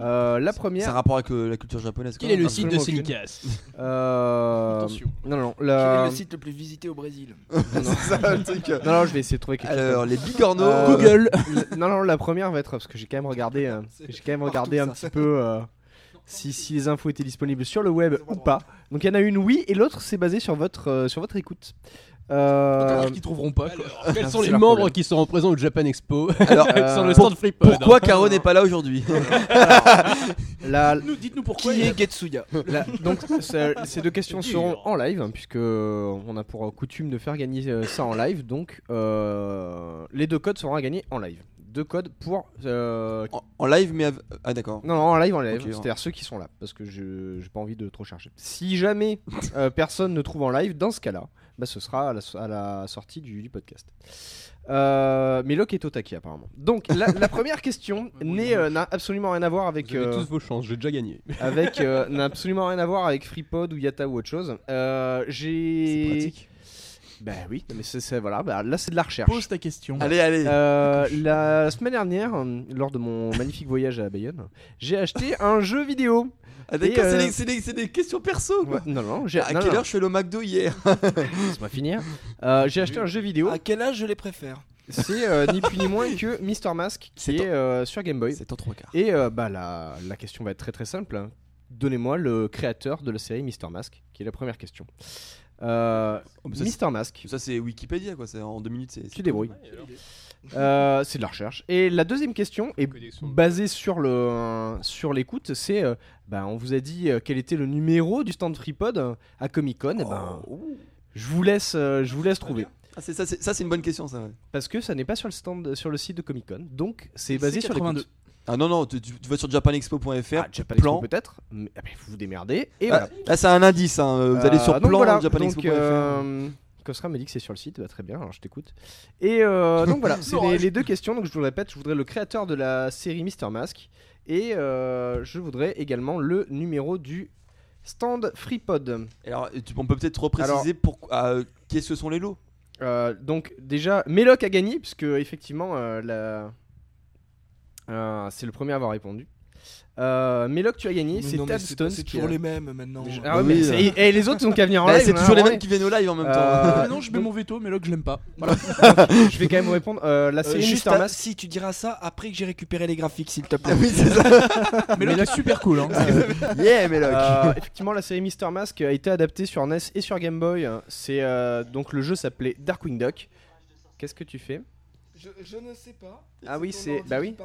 Euh, la
C'est un
première.
rapport avec euh, la culture japonaise. quand
Quel est
même. <laughs>
le site de
absolument aucune.
Syncast
euh,
Attention.
Non, non,
Quel
la...
<laughs>
est le site le plus visité au Brésil
non, non.
C'est ça, le truc.
Non, non, je vais essayer de trouver quelque chose.
Alors, les bigorneaux.
Euh,
Google.
Le- non, non, la première va être parce que j'ai quand même regardé,
<laughs>
euh, j'ai quand même regardé un
partout,
petit
ça.
peu euh, si, si les infos étaient disponibles sur le web
C'est pas
ou
drôle.
pas. Donc il y en a une oui et l'autre c'est basé sur votre euh, sur votre écoute. Euh,
Qui trouveront pas quoi.
Alors, quels sont
C'est
les
leur
membres
problème.
qui seront présents au Japan Expo
<laughs>
Alors,
Euh,
<laughs> sur le
pour-
stand hein. Flip
pourquoi Caro n'est pas là aujourd'hui <laughs>
la,
Nous, dites-nous
Qui
pourquoi. il y a-
est Getsuya
la- donc c'est- ces deux questions seront en live hein, puisque on a pour euh, coutume de faire gagner euh, ça en live. Donc euh, les deux codes seront à gagner en live. Deux codes pour euh,
en, en live, mais. av- Ah, d'accord.
Non, non, en live, en live.
Ok, ouais.
C'est-à-dire ceux qui sont là, parce que je j'ai pas envie de trop chercher. Si jamais euh, <laughs> personne ne trouve en live, dans ce cas-là, bah, ce sera à la, so- à la sortie du, du podcast. Euh, mais Locke est au taquet, apparemment. Donc, la, la première
<laughs>
question n'est, euh, n'a absolument rien à voir avec.
Vous avez
euh,
tous vos chances, j'ai déjà gagné.
avec euh, <laughs> n'a absolument rien à voir avec FreePod ou Yata ou autre chose. Euh, j'ai.
C'est pratique.
Bah oui, mais c'est, c'est- voilà, bah, là c'est de la recherche.
Pose ta question.
Allez, allez.
Euh, la semaine dernière, euh, lors de mon magnifique voyage à Bayonne, j'ai acheté un jeu vidéo.
Ah,
et,
d'accord, c'est
euh,
des- c'est des, c'est des questions perso. quoi.
Ouais, non, non, j'ai.
à
non,
quelle
non,
heure je suis allé au McDo hier
laisse-moi finir. Euh, j'ai acheté un jeu vidéo.
Ah.
À quel âge je les préfère
C'est euh, ni plus ni moins que Mister Mask
C'est
qui est euh, sur Game Boy.
C'est en trois quarts.
Et euh, bah la, la question va être très très simple. hein. Donnez-moi le créateur de la série Mister Mask, qui est la première question. Euh,
Oh, mais ça,
Mister Mask,
c'est- ça, c'est Wikipédia, quoi. c'est En deux minutes, c'est.
tu débrouilles. Euh, c'est de la recherche. Et la deuxième question est basée sur le sur l'écoute. C'est euh, bah, on vous a dit euh, quel était le numéro du stand FreePod euh, à Comic Con. ben, je vous laisse euh, je vous laisse trouver.
Oh, Ah, c'est ça, c'est ça, c'est une bonne question, ça. ouais.
Parce que ça n'est pas sur le stand, sur le site de Comic Con, donc c'est basé sur les
82.
Ah non, non, tu, tu- tu vas sur japanexpo.fr.
Ah, Japan
plan.
Expo peut-être. mais- ah, mais vous vous démerdez. Et
Ah,
voilà.
Là, c'est un indice. hein, euh, Vous allez
Euh,
sur
donc
plan
voilà,
japanexpo.fr.
Donc, euh, Kostra me dit que c'est sur le site. Bah, très bien. Alors je t'écoute. Et
<laughs>
euh, donc voilà, c'est les, les deux questions. Donc je vous le répète, je voudrais le créateur de la série Mister Mask et euh, je voudrais également le numéro du stand FreePod.
Alors, tu- on peut peut-être repréciser pourquoi. ah, euh, Qu'est-ce que sont les lots
Euh, donc déjà, Meloc a gagné puisque effectivement euh, la- euh, c'est le premier à avoir répondu. Euh, Meloc, tu as gagné,
Mais
c'est
non, mais
Tad Stone.
C'est
qui
toujours
a-
les mêmes maintenant.
Je- ah ouais,
Oui,
mais
euh.
c'est- et, et les autres, ils ont qu'à venir en
Bah,
live.
C'est
hein,
toujours les
en
mêmes qui viennent au live en même temps.
Euh,
Ah, non, je mets
donc-
mon veto, mais là que je <laughs> l'aime pas.
vrai. Je vais quand même vous répondre. Euh, la
Euh,
série
juste
Mister
à-
Mask.
si tu diras ça après que j'ai récupéré les graphiques, s'il te
Ah
plaît.
oui, c'est ça.
Mais là, c'est super <laughs> cool. hein.
yeah, mais
<laughs>
là.
euh, effectivement, la série Mister Mask a été adaptée sur NES et sur Game Boy. C'est euh, donc le jeu s'appelait Darkwing Duck. Qu'est-ce que tu fais
Je, ne sais pas.
Ah oui, c'est- bah oui.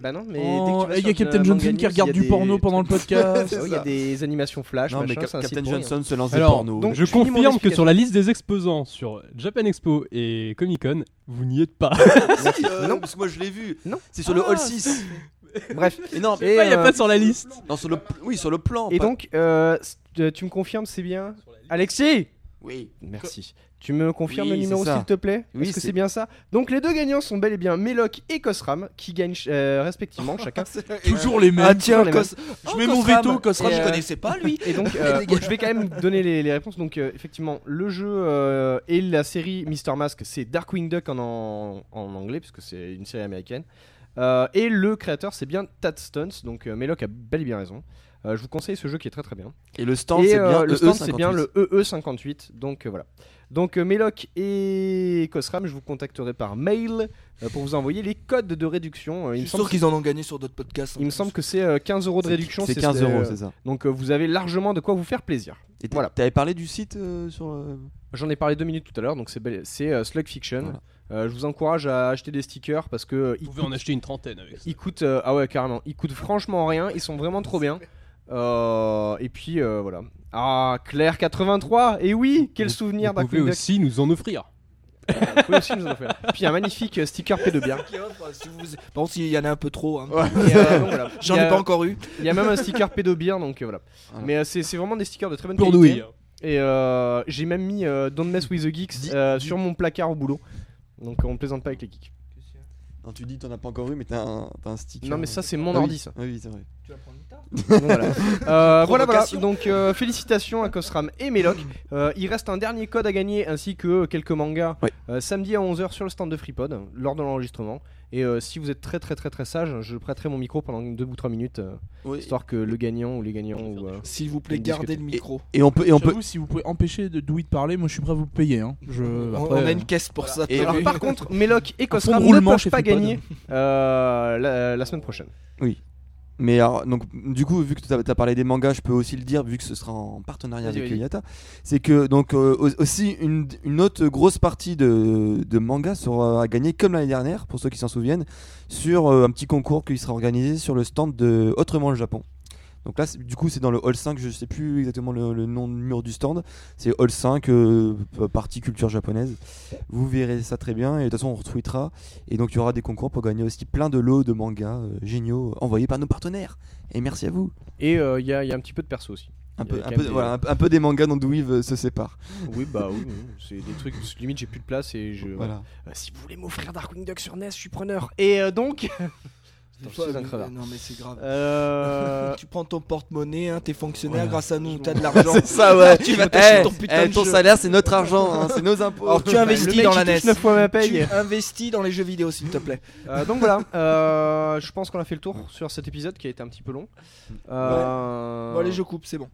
Bah non, mais dès que
Oh,
tu vas
et Il y
sur
a Captain
le
Johnson
Manga
qui
News,
regarde
il y a
du
des
porno
<laughs>
pendant le
trucs-
podcast.
Ah oui, Il y a des animations flash.
Non, mais
machin,
Cap-
c'est un site
Captain
pourri, hein.
Johnson se lance des
Alors,
pornos.
donc- je
Je
finis mon
confirme que
explication.
sur la liste des exposants sur Japan Expo et Comic Con, vous n'y êtes pas.
Si,
<laughs>
euh,
Non.
parce que moi je l'ai vu.
Non. Ah.
C'est sur le hall 6.
Bref.
Et non,
<laughs> Il n'y a
euh,
pas sur la liste.
non, sur le pl- oui, sur le plan.
Et
pas-
donc, euh, c- euh, tu me confirmes, c'est bien Alexis
oui.
Merci. Tu me confirmes
Oui,
le numéro
c'est ça.
s'il te plaît
Oui,
Est-ce que
c'est-
c'est bien ça Donc les deux gagnants sont bel et bien Meloc et Kosram qui gagnent euh, <laughs> respectivement chacun.
Toujours les mêmes.
Ah tiens,
les mêmes.
Cos-
Je
oh,
mets mon
Cosram.
veto, Cosram,
Et,
je
euh,
connais.
connaissais pas lui.
Et donc euh, je vais quand même donner les, les réponses. Donc euh, effectivement le jeu euh, et la série Mister Mask c'est Darkwing Duck en, en, en anglais puisque c'est une série américaine. Euh, et le créateur c'est bien Tad Stunts donc euh, Meloc a bel et bien raison. Euh, je vous conseille ce jeu qui est très très bien.
Et le stand,
et
c'est
euh,
bien E
le
EE58.
stand, c'est bien le EE58. Donc euh, voilà. Donc euh, Meloc et Kosram, je vous contacterai par mail euh, pour vous envoyer les codes de réduction. Euh,
Je
il, me
suis
semble,
sûr qu'ils en ont gagné sur d'autres podcasts. hein. en
il me
plus.
semble que c'est euh, 15 euros de
C'est-
réduction.
C'est 15
euh,
euros, c'est ça.
Donc euh, vous avez largement de quoi vous faire plaisir.
Et
voilà.
voilà. T'avais parlé du site euh, sur. le-
J'en ai parlé deux minutes tout à l'heure, donc c'est bel- c'est euh, Slug Fiction.
Voilà.
Euh, je vous encourage à acheter des stickers parce que euh, ils
Vous pouvez en acheter une trentaine avec ça.
Ils coûtent, euh, ah ouais, carrément. Ils coûtent franchement rien. Ils sont vraiment trop bien. Euh, et puis euh, voilà. Ah, Claire 83. Et oui, quel
Vous-
souvenir
Vous pouvez
d'Aquin Duck.
aussi nous en offrir.
Vous pouvez Ah, aussi nous en faire. Puis un magnifique euh, sticker P de bière.
Qui offre, bah, si vous- Bon, s'il y en a un peu trop. hein.
Et, euh, donc, voilà.
J'en
Il y a-
ai pas encore eu.
Il y a même un sticker P de bière, donc euh, voilà.
Voilà.
Mais euh, c'est c'est vraiment des stickers de très bonne
Pour
qualité.
nous,
Et euh, j'ai même mis euh, Don't Mess with the Geeks
Dis-
euh, sur mon placard au boulot. Donc on plaisante pas avec les geeks.
Non, tu dis, t'en as pas encore eu, mais t'as un, t'as un sticker.
Non, mais ça, c'est
Ah
mon
oui. <laughs>
ordi, ça.
Ah oui, c'est vrai.
Tu vas prendre une tarte
Donc, voilà. Euh, voilà, voilà.
Provocation.
Donc, euh, félicitations à Kosram et Meloc. Euh, il reste un dernier code à gagner ainsi que quelques mangas
Ouais.
euh, samedi à 11h sur le stand de FreePod lors de l'enregistrement. Et euh, si vous êtes très, très, très, très sage, je prêterai mon micro pendant 2 ou 3 minutes euh, histoire que le gagnant ou les gagnants ou. euh,
S'il vous plaît,
Une
gardez
discute-
le micro.
Et on peut. Et on peut...
J'avoue, si vous pouvez empêcher de Douy de parler, moi je suis prêt à vous payer. Hein. Je,
On-
après,
on a
euh,
une caisse pour ça.
Et-
t'as
Alors,
vu
par <laughs> contre, Meloc et
fond
Kosram
de
ne
roulement
peuvent
chez
pas
FreePod.
gagner euh, la, la semaine prochaine.
Mais alors, donc, du coup, vu que tu as, parlé des mangas, je peux aussi le dire, vu que ce sera en partenariat
Vas-y,
avec
vas-y.
Yata. C'est que, donc, euh, au- aussi, une, une autre grosse partie de, de mangas sera à gagner, comme l'année dernière, pour ceux qui s'en souviennent, sur euh, un petit concours qui sera organisé sur le stand de Autrement le Japon. Donc là, c'est- du coup, c'est dans le Hall 5, je sais plus exactement le, le nom de mur du stand. C'est Hall 5, euh, p- partie culture japonaise. Vous verrez ça très bien, et de toute façon, on retweetera. Et donc, il y aura des concours pour gagner aussi plein de lots de mangas euh, géniaux euh, envoyés par nos partenaires. Et merci à vous.
Et euh, il y, a- il y a un petit peu de perso aussi.
Un
Il y
peu,
a
un
quand
peu-
même des-
voilà, un peu- un peu des mangas dont Douive euh, se sépare.
Oui, bah oui, oui. c'est des trucs, parce que limite j'ai plus de place et je.
Voilà.
Euh, si vous voulez m'offrir Darkwing Duck sur NES, je suis preneur. Et euh, donc. <laughs>
Des
je
fois,
suis un
mais-
crevard.
Non, mais c'est grave. <laughs>
Euh,
Tu prends ton porte-monnaie, hein, t'es fonctionnaire
Voilà.
grâce à nous, t'as de l'argent.
C'est ça, ouais.
Tu vas t'acheter
Eh,
ton putain
eh,
de
ton
jeu.
salaire, c'est notre argent, hein, c'est nos impôts.
Alors, tu investis
le mec
dans
qui
la
touche
NES.
neuf fois ma
Tu
paye.
investis dans les jeux vidéo, s'il te plaît.
Euh, donc voilà, euh, je pense qu'on a fait le tour sur cet épisode qui a été un petit peu long. Euh,
Bon, allez, je coupe, c'est bon.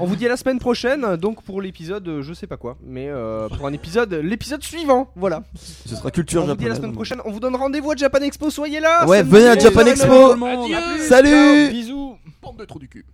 On vous dit à la semaine prochaine, donc pour l'épisode, euh, je sais pas quoi, mais euh, pour un épisode, l'épisode suivant, voilà.
Ce sera culture
on vous dit à la
japonaise.
semaine prochaine, on vous donne rendez-vous à Japan Expo, soyez là
Ouais,
samedi.
venez à Japan
Salut
Expo.
tout le monde.
Salut.
Bisous. Bande de trous du cul.